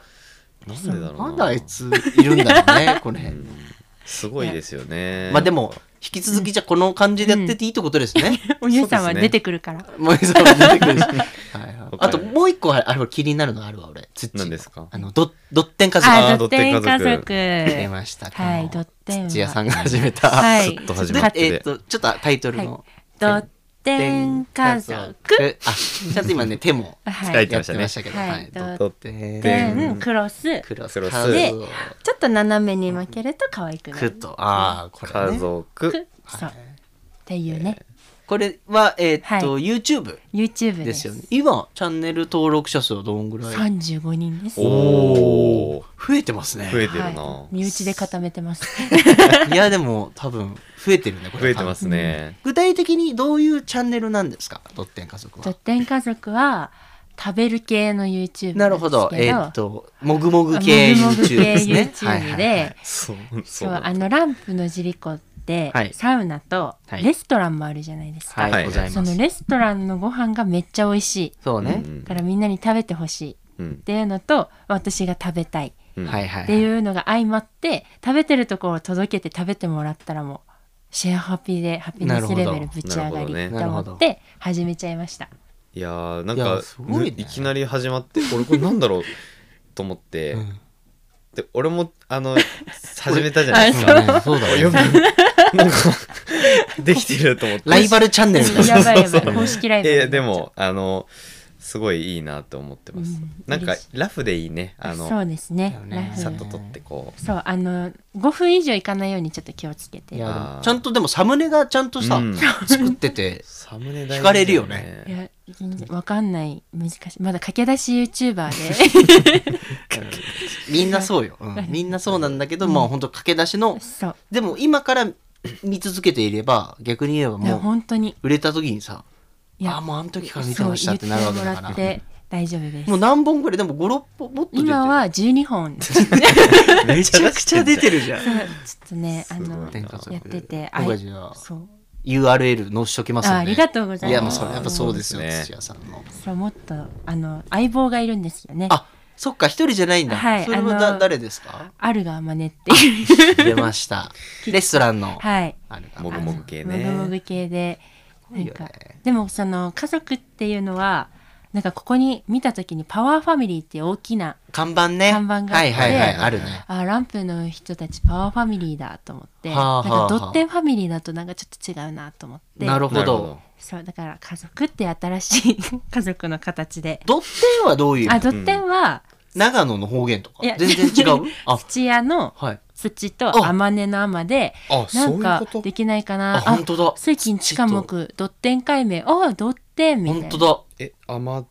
Speaker 4: なんでだろうな
Speaker 2: なんであいついるんだろう ねこの辺
Speaker 4: すごいですよね
Speaker 2: まあでも引き続きじゃあこの感じでやってていいってことですね、
Speaker 3: おゆさんは出てくるから、
Speaker 2: もうそう出てくる しはいはい
Speaker 4: 他に
Speaker 2: あともう一個あれあれ気になるのあるわ俺つっち
Speaker 4: 何ですか
Speaker 2: あのドドッテン家族
Speaker 4: あ
Speaker 3: あ
Speaker 4: ー
Speaker 3: ドッテン家
Speaker 4: ドッ
Speaker 3: 族
Speaker 2: 出ました
Speaker 3: はいドッテンは
Speaker 2: 土屋さんが始めた、
Speaker 3: はい
Speaker 4: ちょっと始まって
Speaker 2: えっ、とちょっとタイトルの、
Speaker 3: ドッテン家族
Speaker 2: あちゃんと今ね手も
Speaker 3: は
Speaker 4: 書い
Speaker 3: い
Speaker 4: て
Speaker 2: や
Speaker 4: ま
Speaker 2: っ
Speaker 4: した
Speaker 2: て
Speaker 4: ね
Speaker 2: ましたけど、
Speaker 3: はい
Speaker 2: はい、ド
Speaker 4: ド
Speaker 2: ッ
Speaker 4: ッ
Speaker 2: テン
Speaker 3: テンクロス
Speaker 2: クロス
Speaker 4: クロス
Speaker 2: カード
Speaker 3: ちょっと斜めに負けると可愛くな
Speaker 2: ク
Speaker 3: る
Speaker 2: ッとああこれ、ね、
Speaker 4: 家族、
Speaker 3: くそうっていうね
Speaker 2: これは、えーっと
Speaker 3: は
Speaker 2: YouTube
Speaker 3: YouTube
Speaker 2: で
Speaker 3: ですす
Speaker 2: よね今チャンネル登録者数はどんぐらい増
Speaker 3: 35人です
Speaker 4: おお
Speaker 2: えてますね
Speaker 4: 増えてるな、
Speaker 3: はい、身内で固めてます
Speaker 2: いやでも多分増えてるねこれ
Speaker 4: 増えてますね、
Speaker 2: 具体的にどういうチャンネルなんですかドッテン家族
Speaker 3: ドッ
Speaker 2: は
Speaker 3: テン家族は食べる系の YouTube
Speaker 2: なるほど
Speaker 3: なんですけ
Speaker 2: えーっともぐもぐ系
Speaker 3: もぐもぐ
Speaker 2: YouTube
Speaker 3: 系
Speaker 2: ですね
Speaker 3: YouTube
Speaker 2: はいはいはい
Speaker 3: で
Speaker 4: そうそ
Speaker 3: そうう
Speaker 4: なんだ
Speaker 3: あのランプのジリコって、
Speaker 2: はい
Speaker 3: サウナと
Speaker 2: はい
Speaker 3: レストランもあるじゃないですか、
Speaker 2: はい
Speaker 4: はい
Speaker 2: ござい
Speaker 3: そ
Speaker 2: ま
Speaker 3: の
Speaker 2: す
Speaker 3: レストランのご飯がめっちゃ美味しい
Speaker 2: そうね
Speaker 4: うん
Speaker 3: だからみんなに食べてほしいっ
Speaker 4: うん
Speaker 3: ていうのと私が食べたい
Speaker 4: うん
Speaker 2: はいはい
Speaker 3: って
Speaker 2: う
Speaker 3: いうのが相まって食べてるところを届けて食べてもらったらもうシェアハピーでハピネスレベルぶち
Speaker 4: な
Speaker 3: 上
Speaker 4: る
Speaker 3: が
Speaker 4: ほど
Speaker 3: り
Speaker 4: ね
Speaker 3: と思って始めちゃいました。
Speaker 4: いやーなん
Speaker 2: いや
Speaker 4: か
Speaker 2: すごいね
Speaker 4: いきなり始まって俺これなんだろうと思 って、
Speaker 2: ん
Speaker 4: で俺もあの始めたじゃないですか
Speaker 2: そうそうだ
Speaker 4: よく
Speaker 2: ね
Speaker 4: なんかできてると思って
Speaker 2: ライバルチャンネルみたいな
Speaker 3: やばいやばい
Speaker 2: そうそう
Speaker 3: 公式ライ
Speaker 4: い
Speaker 3: ブ。
Speaker 4: やいやでもあのすごいいいなと思ってます、
Speaker 3: うん
Speaker 4: なんか
Speaker 3: 嬉しい
Speaker 4: ラフでいいねあ
Speaker 3: そ
Speaker 4: の
Speaker 3: うですね
Speaker 2: だよ。ね
Speaker 3: ラフ
Speaker 4: さっ
Speaker 3: な
Speaker 4: と取ってこう
Speaker 3: そうあの5分以上いかないようにちょっと気をつけて。
Speaker 2: い
Speaker 3: いや
Speaker 2: やでも
Speaker 4: あー
Speaker 2: ちゃんとでもサムネがちゃんとさ、
Speaker 4: うん
Speaker 2: 作ってて
Speaker 4: サムネ大事だ
Speaker 2: 惹かれるよね
Speaker 3: 全然わかんない難しいまだ駆け出し YouTuber
Speaker 2: みんなそうよ、うんみんなそうなんだけど、まあ本当駆け出しの
Speaker 3: でそう
Speaker 2: でも今から見続けていれば逆に言えば
Speaker 3: いや
Speaker 2: もう
Speaker 3: 本当に
Speaker 2: 売れた時にさ
Speaker 3: いや
Speaker 2: あーもうあの時から見て
Speaker 3: そう
Speaker 2: ましたってなるわけだか
Speaker 3: 言
Speaker 2: ら
Speaker 3: ってもらって大丈夫です
Speaker 2: もう何本ぐらいでも56本もっと出てる
Speaker 3: 今は12 本ち
Speaker 2: めちゃくちゃ出てるじゃん
Speaker 3: ょっとねあの
Speaker 4: すごいな
Speaker 3: やっててあ
Speaker 2: 僕はじゃあ
Speaker 3: そう
Speaker 2: URL 載しときますんで
Speaker 3: あありがとうございます
Speaker 2: いやもうそれやっぱそうですよ
Speaker 4: そうですね
Speaker 2: 土屋さんの
Speaker 3: そうもっとあの相棒がいるんですよね
Speaker 2: あそっか一人じゃないんだ、
Speaker 3: はい
Speaker 2: それは
Speaker 3: あ
Speaker 2: だ
Speaker 3: の
Speaker 2: 誰です か
Speaker 3: あるがまねっていう
Speaker 2: 出ましたレストランの、
Speaker 3: はい
Speaker 2: あれ
Speaker 4: もぐもぐ系ね
Speaker 3: もぐもぐ系で
Speaker 2: ごいよね
Speaker 3: なんかでもその家族っていうのはなんかここに見た時にパワーファミリーっていう大きな
Speaker 2: 看板ね
Speaker 3: 看板があって
Speaker 2: はいはいはいあるね
Speaker 3: あランプの人たちパワーファミリーだと思って、
Speaker 2: はあはあは
Speaker 3: な
Speaker 2: あ
Speaker 3: んかドッテンファミリーだとなんかちょっと違うなと思って
Speaker 2: なるほ
Speaker 4: なるほ
Speaker 2: ど
Speaker 4: ど
Speaker 3: そうだから家族って新しい 家族の形で
Speaker 2: ドッテンはどういう
Speaker 3: あドッテンは、
Speaker 2: 長野の方言とか
Speaker 3: いや
Speaker 2: 全然違 うあ
Speaker 3: 土屋の
Speaker 2: はい
Speaker 3: 土と天音の天で
Speaker 4: あ
Speaker 3: なんか
Speaker 4: そういうこと
Speaker 3: できないかな
Speaker 2: あ本当だ
Speaker 3: 水金地下木ドッテン解明ああドッテンみたい
Speaker 2: 本
Speaker 3: な
Speaker 2: 当だ
Speaker 4: えあま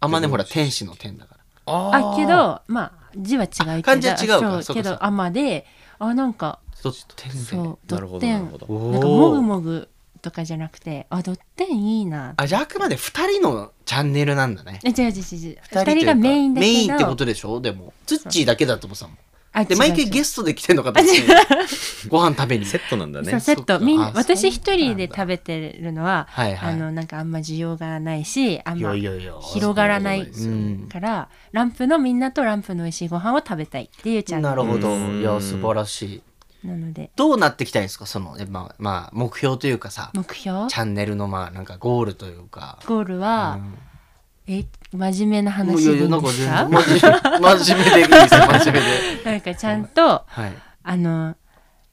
Speaker 2: あんまねほら天使の天だから
Speaker 4: あー
Speaker 3: あけどまあ字は違うけど
Speaker 2: あ漢字は違うかそ
Speaker 3: そ
Speaker 2: うう
Speaker 3: け
Speaker 2: かそう
Speaker 3: ど
Speaker 2: か
Speaker 3: 天であなんか
Speaker 2: ドッテンで
Speaker 3: そうド
Speaker 4: なるほど
Speaker 3: ッテ
Speaker 4: な
Speaker 3: ン
Speaker 4: るほど
Speaker 2: お
Speaker 3: なんか
Speaker 2: ー
Speaker 3: もぐもぐとかじゃなくてあドッテンいいな
Speaker 2: あじゃああくまで2人のチャンネルなんだね
Speaker 3: え違う違う違う違う
Speaker 2: と
Speaker 3: 二
Speaker 2: いう
Speaker 3: 人
Speaker 2: か
Speaker 3: がメインだけど
Speaker 2: メインってことでしょでもツッチーだけだと思ってたもん
Speaker 3: あ
Speaker 2: で毎回ゲ
Speaker 3: ス
Speaker 2: ストで来てんのかと思 ってご飯食べに
Speaker 4: セットなんだ
Speaker 3: ト
Speaker 4: ね
Speaker 3: そうセッ
Speaker 2: そっ
Speaker 3: ト
Speaker 2: か
Speaker 3: みんな
Speaker 2: あ
Speaker 3: 私
Speaker 2: そう
Speaker 3: 一人で食べてるのは
Speaker 2: はいはい
Speaker 3: あのなんかあんま需要がないしあん
Speaker 2: い
Speaker 3: ま
Speaker 2: やいやいや
Speaker 3: 広がらな
Speaker 4: そう
Speaker 3: い
Speaker 4: で
Speaker 2: う
Speaker 4: すよ
Speaker 2: ん
Speaker 3: からランプのみんなとランプの美味しいご飯を食べたいっていうチャンネ
Speaker 2: な
Speaker 3: ル
Speaker 2: るほど
Speaker 4: うん
Speaker 2: いや素晴らしい
Speaker 3: なので
Speaker 2: どうなってきたいんですかその、えまあ、まあ、目標というかさ、
Speaker 3: 目標
Speaker 2: チャンネルのまあ、なんかゴールというか。
Speaker 3: ゴールは、え真面目な
Speaker 2: もう
Speaker 3: 話でいいん
Speaker 2: なん
Speaker 3: で
Speaker 2: か
Speaker 3: す
Speaker 2: 全
Speaker 3: か
Speaker 2: 然真面目 真面目でいいですよ、真面目で。
Speaker 3: なんかちゃんと
Speaker 2: はい。
Speaker 3: あの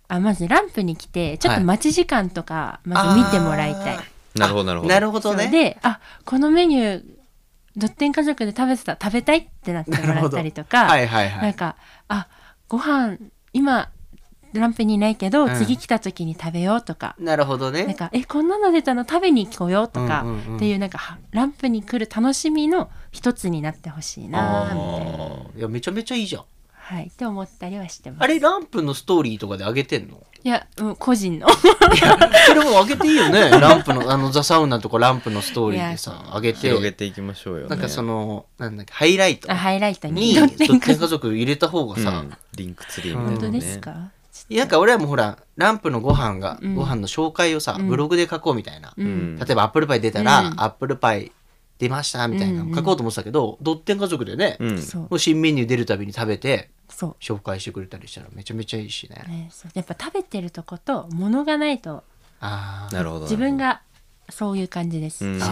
Speaker 3: あまずランプに来てちょっと待ち時間とかまず見てもらいたい、
Speaker 4: なるほどなるほど
Speaker 2: なるほど
Speaker 3: そう
Speaker 2: ね。
Speaker 3: であこのメニュードッテン家族で食べてた食べたいってなってもらったりとか、
Speaker 2: はいはいは
Speaker 3: なん
Speaker 2: い。
Speaker 3: かあご飯今ランプにいないけど、
Speaker 2: うん
Speaker 3: 次来た時に食べようとか
Speaker 2: なるほど
Speaker 3: なん
Speaker 2: ね。
Speaker 3: かえこんなの出たの食べに来ようとか、
Speaker 2: うんうんうん
Speaker 3: っていうなんかはランプに来る楽しみの一つになってほしいなみたいな、
Speaker 2: いや、めちゃめちゃいいじゃん。
Speaker 3: はい、って思ったりはしてます
Speaker 2: あれ、ランプのストーリーとかで上げてんの
Speaker 3: いや、うん、個 人の
Speaker 2: それも上げていいよね。ランプの、あの、ザ・サウナとかランプのストーリーでさ、上げ
Speaker 4: 広げ
Speaker 2: て、
Speaker 4: ていきましょうよ、ね、
Speaker 2: なんかその、なんだっけ、ハイライト
Speaker 3: あハイライトに
Speaker 2: に、
Speaker 3: ど
Speaker 2: ド
Speaker 3: っち
Speaker 2: ッ
Speaker 3: か
Speaker 2: テン家族入れた方が
Speaker 4: う
Speaker 2: さ
Speaker 4: ん、、リンクツリーみたい
Speaker 3: 本
Speaker 4: な、ね、
Speaker 3: 当ですか、
Speaker 2: いやなんか俺はもうほら、ランプのご飯が、
Speaker 3: うん
Speaker 2: ご飯の紹介をさ、
Speaker 3: うん
Speaker 2: ブログで書こうみたいな。
Speaker 3: うん
Speaker 4: うん
Speaker 2: 例えばアップルパイ出たら、
Speaker 3: うん
Speaker 2: アップルパイ出ましたみたいなの書こうと思ってたけど、ドッテン家族でね、
Speaker 4: うん
Speaker 3: そう
Speaker 2: もう新メニュー出るたびに食べて、
Speaker 3: そ
Speaker 2: 紹介してくれたりしたらめちゃめちゃいいし
Speaker 3: う、
Speaker 2: ね。
Speaker 3: ね、そうやっぱ食べてるとこと物がないと
Speaker 2: あー
Speaker 4: なるほど
Speaker 3: 自分がそういう感じです、
Speaker 4: うん
Speaker 2: あ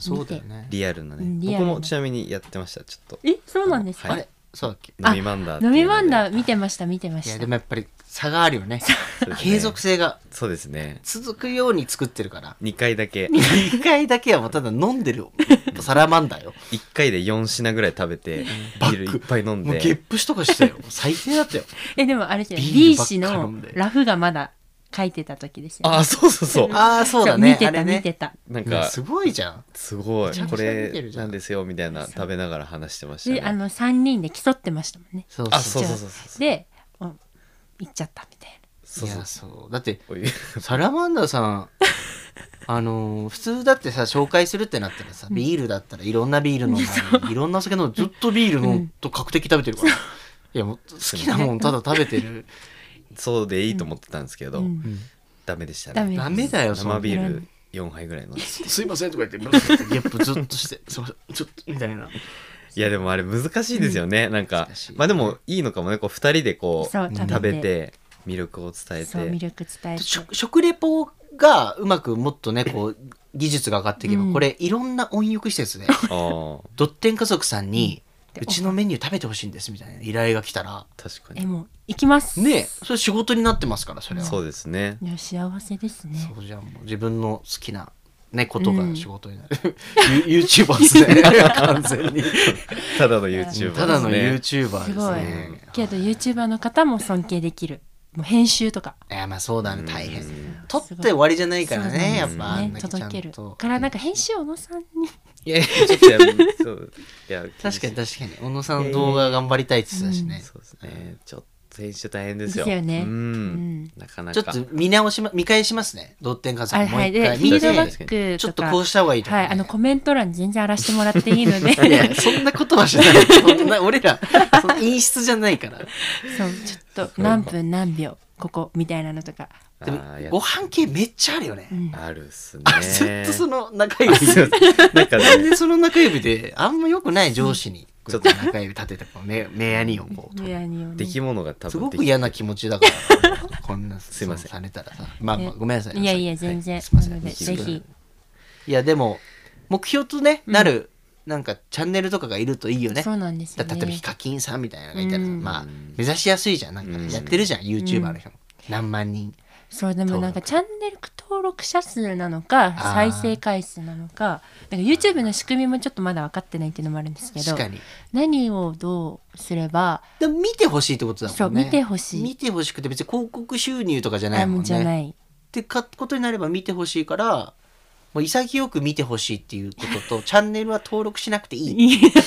Speaker 2: ー、そうだよね。
Speaker 4: リアルな
Speaker 3: う
Speaker 4: ね
Speaker 3: んリア
Speaker 4: 僕
Speaker 3: ルな
Speaker 4: もちなみにやってましたちょっと
Speaker 3: えそうなんですか、
Speaker 2: あれそうだっけ
Speaker 3: あ
Speaker 4: 飲みマンダーって
Speaker 3: 飲
Speaker 4: いうので
Speaker 3: みマンダー見てました見てま
Speaker 2: い
Speaker 3: し
Speaker 2: や、
Speaker 3: た
Speaker 2: でもやっぱり差があるよね。
Speaker 4: そうですね
Speaker 2: 継続性が
Speaker 4: そうですね
Speaker 2: 続くように作ってるから。
Speaker 4: 2回だけ
Speaker 2: 一回だけはもうただ飲んでるよ。サラマンダーよ。
Speaker 4: 1回で4品ぐらい食べて
Speaker 2: バ
Speaker 4: ビ
Speaker 2: ッ
Speaker 4: ー
Speaker 2: ク
Speaker 4: ルいっぱい飲ん
Speaker 2: もう
Speaker 4: で
Speaker 2: ゲップしとかしてよ。最低だったよ。
Speaker 3: えでもあれですよ
Speaker 2: ビ
Speaker 3: B
Speaker 2: ールばっか
Speaker 3: 氏
Speaker 2: 飲
Speaker 3: の
Speaker 2: んで
Speaker 3: ラフがまだ書いてた時ですよ、ね、
Speaker 4: ああそうそうそう
Speaker 2: ああ、そうだ
Speaker 3: 見
Speaker 2: ね。
Speaker 3: て
Speaker 2: あ
Speaker 3: た、
Speaker 2: れ
Speaker 3: 見
Speaker 2: ね。
Speaker 3: てた
Speaker 4: なん
Speaker 2: いや
Speaker 4: か
Speaker 2: すごいじゃん。
Speaker 4: すごい
Speaker 2: めちゃめちゃ
Speaker 4: こ
Speaker 2: 見てる
Speaker 4: れ
Speaker 2: じゃん
Speaker 4: なんですよみたいな食べながら話してました
Speaker 3: であ
Speaker 4: ね
Speaker 3: の3人で競ってましたもんね
Speaker 2: そう
Speaker 4: あそうそうそうそう
Speaker 3: でお行っちゃったみたい
Speaker 4: そう
Speaker 2: い
Speaker 4: そう
Speaker 2: やそうだって
Speaker 4: こういう
Speaker 2: サラマンダーさ んあのー普通だってさ紹介するってなったらさビールだったらいろんなビール飲んだりいろんなお酒飲んでずっとビールのと確定食べてるから、いやもう好きなもんただ食べてる
Speaker 4: そうでいいと思ってたんですけど
Speaker 3: うん
Speaker 4: ダメでした
Speaker 3: ダメ
Speaker 4: ね
Speaker 2: ダメだよそんな
Speaker 4: 生ビール4杯ぐらい飲んです
Speaker 2: いませんとか言ってブルーってゲップずっと してすいませんちょっとみたいない
Speaker 4: やでもあれ難しいですよねなんか
Speaker 2: 難しい
Speaker 4: まあでもいいのかもねこう2人でこう
Speaker 3: そう
Speaker 4: 食べて魅力を伝え
Speaker 3: そう魅
Speaker 4: て
Speaker 3: 力伝えて
Speaker 2: 食食レポがうまくもっとねこう技術が上がっていけば、
Speaker 3: うん
Speaker 2: これいろんな温浴施 設で
Speaker 4: ああ
Speaker 2: ドッテン家族さんに
Speaker 3: で
Speaker 2: うちのメニュー食べてほしいんですみたいな依頼が来たら
Speaker 4: 確か
Speaker 3: え
Speaker 4: に
Speaker 3: もう行きます
Speaker 2: ねえそれ仕事になってますからそれは
Speaker 4: そうですね
Speaker 3: いや幸せですね
Speaker 2: そうじゃんもう自分の好きなねこと
Speaker 3: う
Speaker 2: が
Speaker 3: ん
Speaker 2: 仕事にな る、ユ YouTuber ですね 完全に
Speaker 4: ただの YouTuber ですね
Speaker 2: ただの
Speaker 4: ユーチ
Speaker 2: YouTuber
Speaker 3: す
Speaker 2: で
Speaker 3: ご
Speaker 2: す
Speaker 3: い
Speaker 2: ね
Speaker 3: けど YouTuber の方も尊敬できるもう編集とか
Speaker 2: いやまあそうだね大変
Speaker 4: うん
Speaker 2: 撮って終わりじゃない
Speaker 3: そ
Speaker 2: か
Speaker 3: う
Speaker 2: ら
Speaker 3: なん
Speaker 2: ね
Speaker 3: です
Speaker 2: やっぱあんだけ
Speaker 3: ね
Speaker 2: ちゃ
Speaker 3: 届け
Speaker 2: ん
Speaker 3: る
Speaker 2: と
Speaker 3: からなんか編集小野さんに
Speaker 4: いやいやちょっとやめそういや
Speaker 2: 確かに確かに小野さんの動画頑張りたいって言ってたしね、
Speaker 4: そうですねちょっと編集大変ですよ
Speaker 3: ですよね
Speaker 4: う
Speaker 3: うん
Speaker 4: んなかな
Speaker 2: ちょ
Speaker 4: か
Speaker 2: っと見直し、ま、見返しますね同点家
Speaker 3: あ
Speaker 2: 族もう
Speaker 3: はい
Speaker 2: 一
Speaker 3: で
Speaker 2: 回
Speaker 3: フィ
Speaker 2: 見
Speaker 3: ードバ
Speaker 2: て
Speaker 3: ック
Speaker 2: ちょっ
Speaker 3: と
Speaker 2: と
Speaker 3: か
Speaker 2: こうした方がいいとか
Speaker 3: は
Speaker 2: ね、
Speaker 3: いあのコメント欄全然荒らしてもらっていいの で
Speaker 2: いやそんなことはしないそんな俺らその陰湿じゃないから
Speaker 3: そうちょっと何分何秒ここみたいなのとか
Speaker 2: でも
Speaker 4: あーやっ
Speaker 2: ご飯系めっちゃあるよね、
Speaker 4: あるっすね
Speaker 2: あずっとその中指
Speaker 4: なんか
Speaker 2: なん
Speaker 4: ね
Speaker 2: でその中指であんま良くない上司に
Speaker 4: うん
Speaker 2: ちょっと中指立ててこう目目やにをこう取
Speaker 3: 目
Speaker 2: る
Speaker 3: やにをね
Speaker 4: 出来物が多分
Speaker 2: すご
Speaker 4: で
Speaker 2: く
Speaker 4: き
Speaker 2: 嫌な気持ちだからこ んなす
Speaker 4: いません
Speaker 2: されたらさまあまあ
Speaker 3: ね
Speaker 2: ごめんなさい
Speaker 3: いやいや全然、
Speaker 2: はいすいません
Speaker 3: なので
Speaker 2: でき
Speaker 3: ぜ
Speaker 2: る
Speaker 3: ひ
Speaker 2: いやでも目標とねなるなんかチャンネルとかがいるといいよね
Speaker 3: そうなんです
Speaker 2: だ
Speaker 3: よ
Speaker 2: 例
Speaker 3: ね
Speaker 2: えばヒカキンさんみたいなのがいたらさ
Speaker 3: うん
Speaker 2: まあ目指しやすいじゃんなんか
Speaker 4: うん
Speaker 2: やってるじゃん YouTuber の人も何万人
Speaker 3: そうでもなん
Speaker 2: 登
Speaker 3: か
Speaker 2: 録
Speaker 3: チャンネル登録者数なのか
Speaker 2: あー
Speaker 3: 再生回数なのかなんか YouTube の仕組みもちょっとまだ分かってないっていうのもあるんですけど
Speaker 2: 確かに
Speaker 3: 何をどうすれば
Speaker 2: でも見てほしいってことだもんね
Speaker 3: そう見てほしい
Speaker 2: 見てほしくて別に広告収入とかじゃない
Speaker 3: あ
Speaker 2: もん
Speaker 3: の
Speaker 2: ね
Speaker 3: じゃない、
Speaker 2: ってかことになれば見てほしいからもう潔く見てほしいっていうこととチャンネルは登録しなくていい
Speaker 3: 確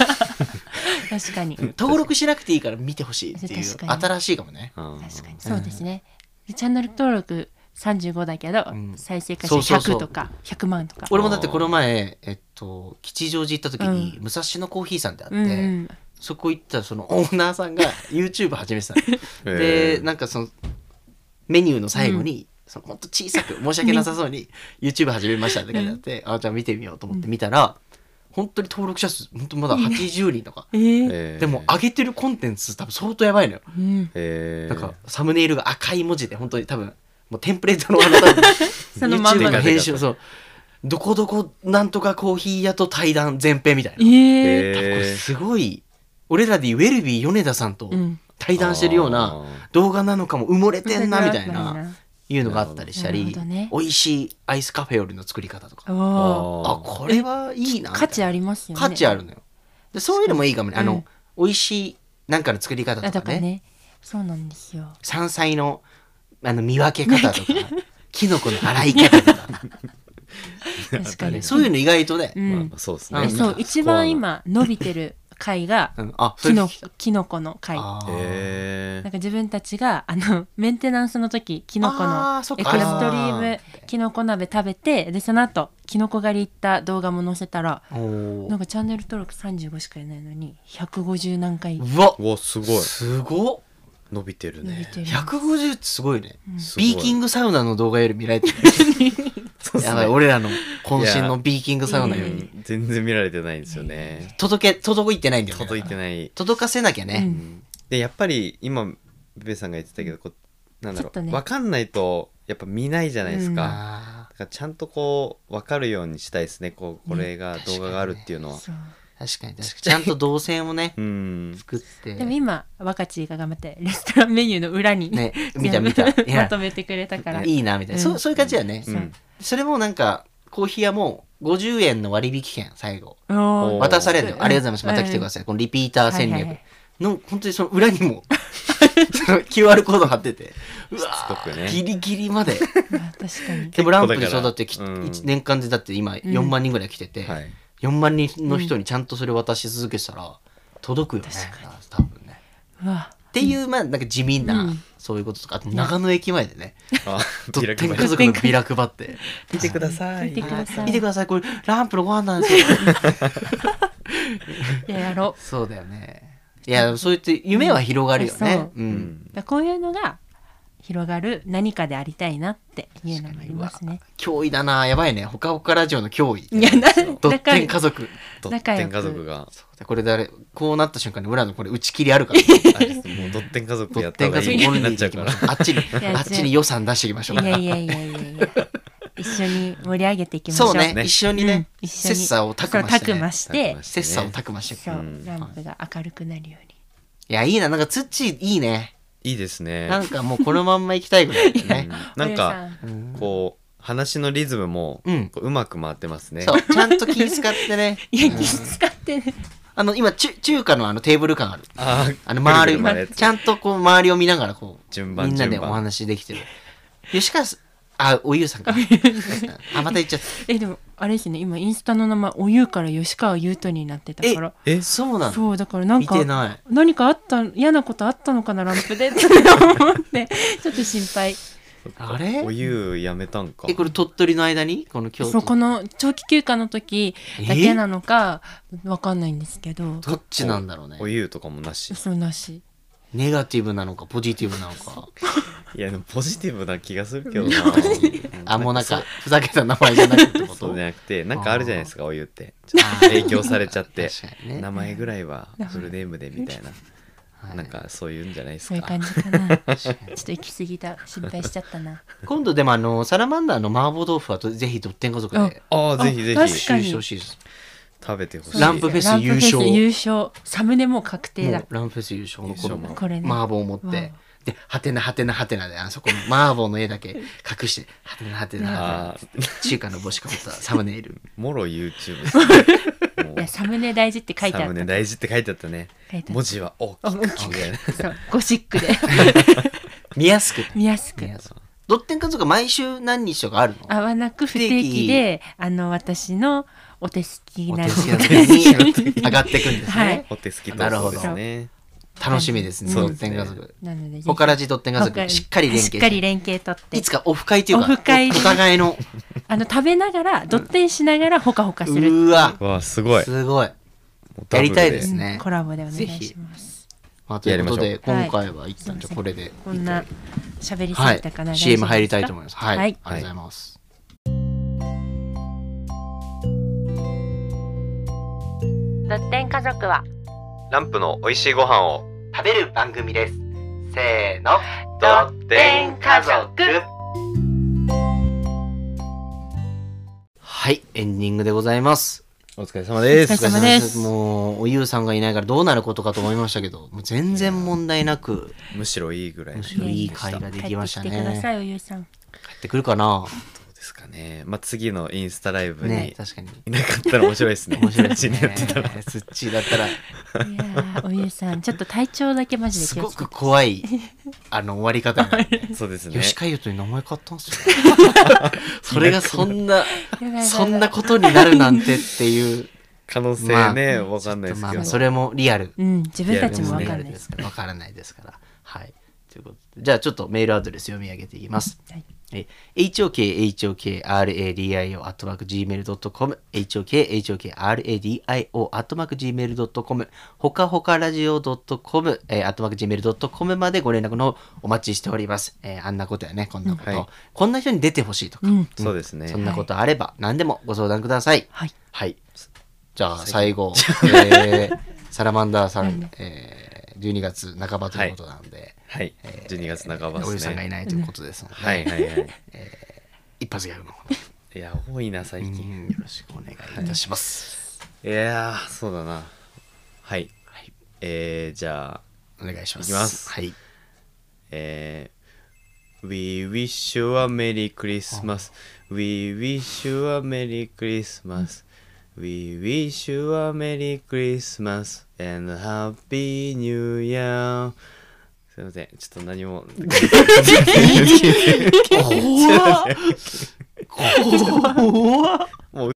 Speaker 3: かに確
Speaker 2: 登録しなくていいから見てほしいっていう
Speaker 3: 確かに
Speaker 2: 新しいかもね
Speaker 4: うん
Speaker 3: かにそうですね、でチャンネル登録35だけど、
Speaker 2: ん
Speaker 3: 再生回数
Speaker 2: そうそうそう
Speaker 3: 100とか100万とか
Speaker 2: 俺もだってこの前、えっと、吉祥寺行った時に、武蔵野コーヒーさんってあって、
Speaker 3: うんうん
Speaker 2: そこ行ったらそのオーナーさんが YouTube 始めてたの
Speaker 4: へ
Speaker 2: で
Speaker 4: ー
Speaker 2: なんかそのメニューの最後に、そのほんと 小さく申し訳なさそうに YouTube 始めましたって書いてあって、あじゃあ見てみようと思って見たら、本当に登録者数本当まだ80人とか、
Speaker 3: えー
Speaker 4: えー
Speaker 2: でも上げてるコンテンツ多分相当やばいのよ、
Speaker 3: うん、
Speaker 4: えー
Speaker 2: なんかサムネイルが赤い文字で本当に多分もうテンプレートのあの多分
Speaker 3: そのまん
Speaker 2: YouTube
Speaker 3: ま
Speaker 2: の
Speaker 3: の
Speaker 2: 編集そうどこどこなんとかコーヒー屋と対談前編みたい
Speaker 3: え
Speaker 2: な、
Speaker 3: ー
Speaker 4: えー
Speaker 2: 多分これすごい俺らでいうウェルビー米田さんと
Speaker 3: うん
Speaker 2: 対談してるような動画なのかも埋もれてんなみたい
Speaker 3: そうだ
Speaker 2: ないうのがあったりした
Speaker 3: な
Speaker 2: り
Speaker 3: るほどね
Speaker 2: 美味しいアイスカフェオレの作り方とか
Speaker 3: おー
Speaker 4: あー
Speaker 2: あこれはいいなみたいな
Speaker 3: 価値ありますよね
Speaker 2: 価値あるのよでそういうのもいいかもねあ
Speaker 3: うん
Speaker 2: の美味しいなんかの作り方
Speaker 3: あ
Speaker 2: と
Speaker 3: だ
Speaker 2: か
Speaker 3: から
Speaker 2: ね
Speaker 3: ねそうなんで すよ
Speaker 2: 山菜のあの見分け方とかキノコの洗い方とか
Speaker 3: 確かに
Speaker 2: そういうの意外とね、
Speaker 3: う
Speaker 4: まあ
Speaker 3: ん
Speaker 4: まあそうです
Speaker 2: あ
Speaker 4: ね
Speaker 3: えそう
Speaker 2: なんか
Speaker 3: 一番今伸びてる回が
Speaker 2: うんあ そ
Speaker 3: キ
Speaker 2: れ
Speaker 3: ノキノコの回なん
Speaker 2: あー
Speaker 4: え
Speaker 3: か自分たちがあのメンテナンスの時キノコの
Speaker 2: あーそっ
Speaker 3: エ
Speaker 2: か
Speaker 3: クストリームキノコ鍋食べてでその後キノコ狩り行った動画も載せたら
Speaker 2: お
Speaker 3: なん
Speaker 2: ー
Speaker 3: かチャンネル登録35しかいないのに150何回伸
Speaker 2: うわ
Speaker 4: ー、うわすごい
Speaker 2: すごっ
Speaker 4: 伸びてる
Speaker 3: び
Speaker 4: ね
Speaker 3: てる
Speaker 2: 150ってすごいね、
Speaker 4: すごい
Speaker 2: ビーキングサウナの動画より見られてる
Speaker 4: そうっすね
Speaker 2: やばい俺らの渾身のビーキングサウナ
Speaker 4: う
Speaker 2: より
Speaker 4: ん全然見られてないんですよね
Speaker 2: 届け届いてないんだよね
Speaker 4: 届いてない
Speaker 2: 届かせなきゃ
Speaker 3: う
Speaker 2: ね、
Speaker 3: ん
Speaker 4: でやっぱり今ベベさんが言ってたけどこうなんだ
Speaker 3: ちょ
Speaker 4: ろ
Speaker 3: っと
Speaker 4: う、
Speaker 3: ね
Speaker 4: わかんないとやっぱ見ないじゃないです
Speaker 3: うん
Speaker 4: か、
Speaker 2: あ
Speaker 4: だからちゃんとこう分かるようにしたいですねこうこれが
Speaker 2: 確かに
Speaker 4: 動画があるっていうのは、
Speaker 3: そう
Speaker 2: ー確かに確かにちゃんと動線をね
Speaker 4: うん
Speaker 2: 作って
Speaker 3: でも今若ちが頑張ってレストランメニューの裏に、
Speaker 2: ね見た見たい
Speaker 3: ま
Speaker 2: や
Speaker 3: とめてくれたから
Speaker 2: いいなみたいな、
Speaker 3: う
Speaker 2: そ
Speaker 3: ん
Speaker 2: うそういう感じだよね、
Speaker 4: う
Speaker 3: そうん
Speaker 2: それもなんかコーヒー屋も50円の割引券最後
Speaker 3: おー
Speaker 4: お
Speaker 2: 渡されるの
Speaker 3: うん
Speaker 2: ありがとうございますまた来てください、このリピーター戦
Speaker 3: は
Speaker 2: 略
Speaker 3: いはいはい
Speaker 2: の本当にその裏にも その QR コード貼っててうわ
Speaker 4: つこくね
Speaker 2: ーギリギリまで
Speaker 3: まあ確かに
Speaker 2: でもランプでそう
Speaker 4: 結構だから
Speaker 2: だってき、
Speaker 4: うん
Speaker 2: 一年間でだって今4万人ぐらい来てて、
Speaker 4: はい
Speaker 2: 4万人の人にちゃんとそれ渡し続けてたら届くよね、多分ね
Speaker 3: うわ
Speaker 2: っていうまあなんか地味な、
Speaker 3: うん
Speaker 2: そういうこととかあと長野駅前でね
Speaker 4: あ
Speaker 2: ドッテン家
Speaker 4: 開く
Speaker 2: 族のビラ配って
Speaker 4: 見てくださ
Speaker 3: 見てください
Speaker 2: 見てくださいこれランプのご飯なんですよ
Speaker 3: いややろ
Speaker 2: そうだよねいやそう言って夢は広がるよね
Speaker 3: そう
Speaker 2: う、
Speaker 4: うんん
Speaker 3: うだこういうのが広がる何かでありたいなっていうのもありますね
Speaker 2: 脅威だなやばいねほかほかラジオの脅威
Speaker 3: いやな
Speaker 2: ドッ
Speaker 3: だか
Speaker 2: テン
Speaker 3: ら
Speaker 2: 家族
Speaker 4: ドッテン家族が
Speaker 2: これ誰こうなった瞬間に裏のこれ打ち切りあるから
Speaker 4: あれですもうドッテン家族
Speaker 2: ド
Speaker 4: や
Speaker 2: ッ
Speaker 4: った
Speaker 2: テ
Speaker 4: 方
Speaker 2: ン
Speaker 4: が
Speaker 2: 家
Speaker 4: いい
Speaker 2: 族オ
Speaker 4: に
Speaker 2: ン
Speaker 4: な
Speaker 2: リ
Speaker 4: っ
Speaker 2: ー
Speaker 4: ち
Speaker 2: で
Speaker 4: ゃうか
Speaker 2: いきま
Speaker 4: ら
Speaker 2: しょうあっちに
Speaker 3: や
Speaker 2: あっちに予算出していきましょう
Speaker 3: い やいやいやいやいや一緒に盛り上げていきましょう
Speaker 2: そうね
Speaker 4: ね
Speaker 2: 一緒にね、
Speaker 3: うん一緒に
Speaker 2: 切磋を
Speaker 3: そ
Speaker 2: 琢
Speaker 3: う
Speaker 2: 磨
Speaker 3: た
Speaker 2: して、
Speaker 3: くま
Speaker 2: ね、
Speaker 3: して
Speaker 4: まし
Speaker 2: 切磋を琢磨していく
Speaker 3: そううんランプが明るくなる
Speaker 2: い
Speaker 3: よ
Speaker 2: やいいななんかツッチーいいね
Speaker 4: いいですね
Speaker 2: なんかもうこのまんま行きたいぐらいだよ
Speaker 4: う
Speaker 2: ね
Speaker 4: ん
Speaker 3: う
Speaker 4: な
Speaker 3: に
Speaker 4: んか
Speaker 3: お
Speaker 2: うん
Speaker 4: こう話のリズムも
Speaker 2: うん
Speaker 4: こううまく回ってますね
Speaker 2: そうちゃんと気使ってね
Speaker 3: 姉さんいや気使ってね
Speaker 2: あの今中中華のあのテーブル感ある
Speaker 4: あ
Speaker 2: あの周り
Speaker 4: まで
Speaker 2: ちゃんとこう周りを見ながらこう
Speaker 4: 順番
Speaker 2: みんなで
Speaker 4: 順
Speaker 2: お
Speaker 4: 番
Speaker 2: 話できてる吉川さんあおゆうさんかあまた言っちゃっ
Speaker 3: えでもあれですね今インスタの名前おゆうから吉川ゆうとになってたから
Speaker 4: え
Speaker 2: たそうなの
Speaker 3: そうだからなん
Speaker 2: 見て
Speaker 3: か
Speaker 2: ない
Speaker 3: 何かあった嫌なことあったのかなランプでって思ってちょっと心配
Speaker 2: あれ
Speaker 4: お湯やめたんか
Speaker 2: えこれ鳥取の間にこの京
Speaker 3: そうこ
Speaker 2: 都
Speaker 3: の長期休暇の時だけなのかわかんないんですけど
Speaker 2: どっちなんだろうね
Speaker 4: お湯とかもなし
Speaker 3: そうなし
Speaker 2: ネガティブなのかポジティブなのか
Speaker 4: いやでもポジティブな気がするけどな
Speaker 2: あもうなんかふざけた名前じゃなくってこ
Speaker 4: そう
Speaker 2: と
Speaker 4: じゃなくてなんかあるじゃないですかお湯って
Speaker 2: あ
Speaker 4: ちょっと
Speaker 2: ー
Speaker 4: 影響されちゃって
Speaker 2: 確かにね
Speaker 4: 名前ぐらいはフルネームでみたいな
Speaker 2: はい
Speaker 4: なんかそういうんじゃないです
Speaker 3: そういう
Speaker 4: か
Speaker 3: 感じかなちょっと行き過ぎた心配しちゃったな
Speaker 2: 今度でもあのサラマンダーの麻婆豆腐はとぜひドッテン家族で
Speaker 4: ああぜひぜ
Speaker 3: あ
Speaker 4: ひ
Speaker 3: 確
Speaker 2: 収
Speaker 3: かに
Speaker 2: 集してほしいです
Speaker 4: 食べてほしい
Speaker 2: ランプフェス
Speaker 3: ランプフェス
Speaker 2: 優勝
Speaker 3: 優勝サムネもう確定
Speaker 2: も
Speaker 3: だ
Speaker 2: うランフェス優勝の
Speaker 4: 優勝
Speaker 2: 頃も
Speaker 4: も
Speaker 3: これね
Speaker 2: 麻婆を持っ
Speaker 3: わ
Speaker 2: てで「はてなはてなはてな」であそこの麻婆の絵だけ隠して「はてなはてなは
Speaker 4: あ
Speaker 2: てな」中華の帽子かぶっ たサムネイル
Speaker 4: もろ YouTube ですねもう
Speaker 3: いやサムネ大事って書いて
Speaker 4: サ
Speaker 3: あ
Speaker 4: ム
Speaker 3: っ
Speaker 4: ネ
Speaker 3: た
Speaker 4: 大事って書いてあったね
Speaker 3: 書いてあった
Speaker 4: 文字は大
Speaker 3: あ大
Speaker 4: き
Speaker 3: き
Speaker 4: く
Speaker 3: く
Speaker 4: みたいな
Speaker 3: そうゴシックで
Speaker 2: 見やすくね
Speaker 3: 見やすく
Speaker 2: 見やすくドッテン家族は毎週何日とかあるの
Speaker 3: あわなく不定期であの私のお手すき
Speaker 2: お
Speaker 3: な
Speaker 2: 手
Speaker 3: の
Speaker 2: すきな時に上がっていくんです
Speaker 3: は
Speaker 2: ね
Speaker 3: い
Speaker 4: お手すき
Speaker 2: なる
Speaker 4: と
Speaker 2: ほど
Speaker 4: ですね
Speaker 2: 楽しみですね
Speaker 4: そ
Speaker 2: ド
Speaker 4: うで
Speaker 2: ッ
Speaker 4: す
Speaker 2: テ
Speaker 4: ね
Speaker 2: ン家族
Speaker 3: なのでぜひ
Speaker 2: ほからじドッテン家
Speaker 3: ほか
Speaker 2: 族しっかり連
Speaker 3: し
Speaker 2: 携
Speaker 3: っか
Speaker 2: し
Speaker 3: り
Speaker 2: て
Speaker 3: 連携取って
Speaker 2: いつかオフ会というか
Speaker 3: オフ会
Speaker 2: お互いの
Speaker 3: あの食べながらドッテンしながらほかほかす
Speaker 2: う
Speaker 3: る
Speaker 2: ーわ
Speaker 4: わあすごい
Speaker 2: すごい
Speaker 4: もうダブル
Speaker 2: やりたいで
Speaker 3: う
Speaker 2: す
Speaker 3: ん
Speaker 2: ね
Speaker 3: コラボでお願
Speaker 2: ぜ
Speaker 3: い
Speaker 2: ひ
Speaker 3: します
Speaker 2: まあということ
Speaker 4: や
Speaker 2: で
Speaker 4: り
Speaker 3: ましょう
Speaker 2: 今回は一旦じゃあこれで
Speaker 3: こんな喋りす
Speaker 2: はい
Speaker 3: ぎたかな、大丈夫ですか
Speaker 2: CM 入りたいと思いますはい、
Speaker 3: はい
Speaker 2: ありがとうございます、
Speaker 3: ドッテン家族は
Speaker 4: ランプの美味しいご飯を
Speaker 2: 食べる番組ですせーの
Speaker 4: ドッテン
Speaker 3: 家族
Speaker 2: はいエンディングでございます
Speaker 4: お疲れ様で
Speaker 3: お疲れ様です
Speaker 2: もうおゆうさんがいないからどうなることかと思いましたけどもう全然問題なく
Speaker 4: むしろいいぐらいの
Speaker 2: むしろいい会ができましたね
Speaker 3: 帰ってきてくださいおゆうさん
Speaker 2: 帰ってくるかな
Speaker 4: ですかねまあ次のインスタライブ
Speaker 2: ね
Speaker 4: に
Speaker 2: 確かに
Speaker 4: いなかったら面白いですね
Speaker 2: 面白いですね
Speaker 4: こっちにやってたら
Speaker 2: スッチーだったら
Speaker 3: いやーおゆうさんちょっと体調だけマジです気
Speaker 2: ご
Speaker 3: をつけ
Speaker 2: く
Speaker 3: て
Speaker 2: 怖いあの終わり方が
Speaker 4: そうですね
Speaker 2: 吉海優という名前買ったんすよ それがそんな
Speaker 3: やばいやばいやばい
Speaker 2: そんなことになるなんてっ ていう
Speaker 4: 可能性ね、わかんないです
Speaker 2: ま
Speaker 4: け
Speaker 2: あ
Speaker 4: ど、
Speaker 2: まあそれもリアル
Speaker 3: うん自分たちもわ
Speaker 2: リ
Speaker 3: か
Speaker 2: ア
Speaker 3: ん
Speaker 2: ル
Speaker 3: ない
Speaker 2: で
Speaker 3: です
Speaker 2: すからわからないですからはいということでじゃあちょっとメールアドレス読み上げていきます
Speaker 3: はい
Speaker 2: え hokhokradio.gmail.com hokhokradio.gmail.com ほかほかラジオ .com えー .gmail.com までご連絡の方お待ちしております、えーあんなことやねこんなこと、
Speaker 4: うんはい
Speaker 2: こんな人に出てほしいとか、
Speaker 3: うん
Speaker 4: そうですね
Speaker 2: そんなことあれば何でもご相談ください
Speaker 3: はい
Speaker 2: はいじゃあ最後、えーサラマンダーさん、えー、12月半ばということなんで、
Speaker 4: はい12月半ば
Speaker 2: お
Speaker 4: で
Speaker 2: じ
Speaker 4: す
Speaker 2: さんがい
Speaker 4: ね
Speaker 2: ないということですので、
Speaker 4: はいはいはい
Speaker 2: 一発ギャグの方
Speaker 4: いや多いな最近、
Speaker 2: よろしくお願いいたします。
Speaker 4: いやーそうだなはい
Speaker 2: はい、
Speaker 4: えー、じゃあ
Speaker 2: お願いします。
Speaker 4: いきます
Speaker 2: はい。
Speaker 4: えー We wish you a Merry Christmas. We wish you a Merry Christmas. We wish you a Merry Christmas and a Happy New Year. すいません、ちょっと何も。
Speaker 2: 怖っ怖っ
Speaker 4: もう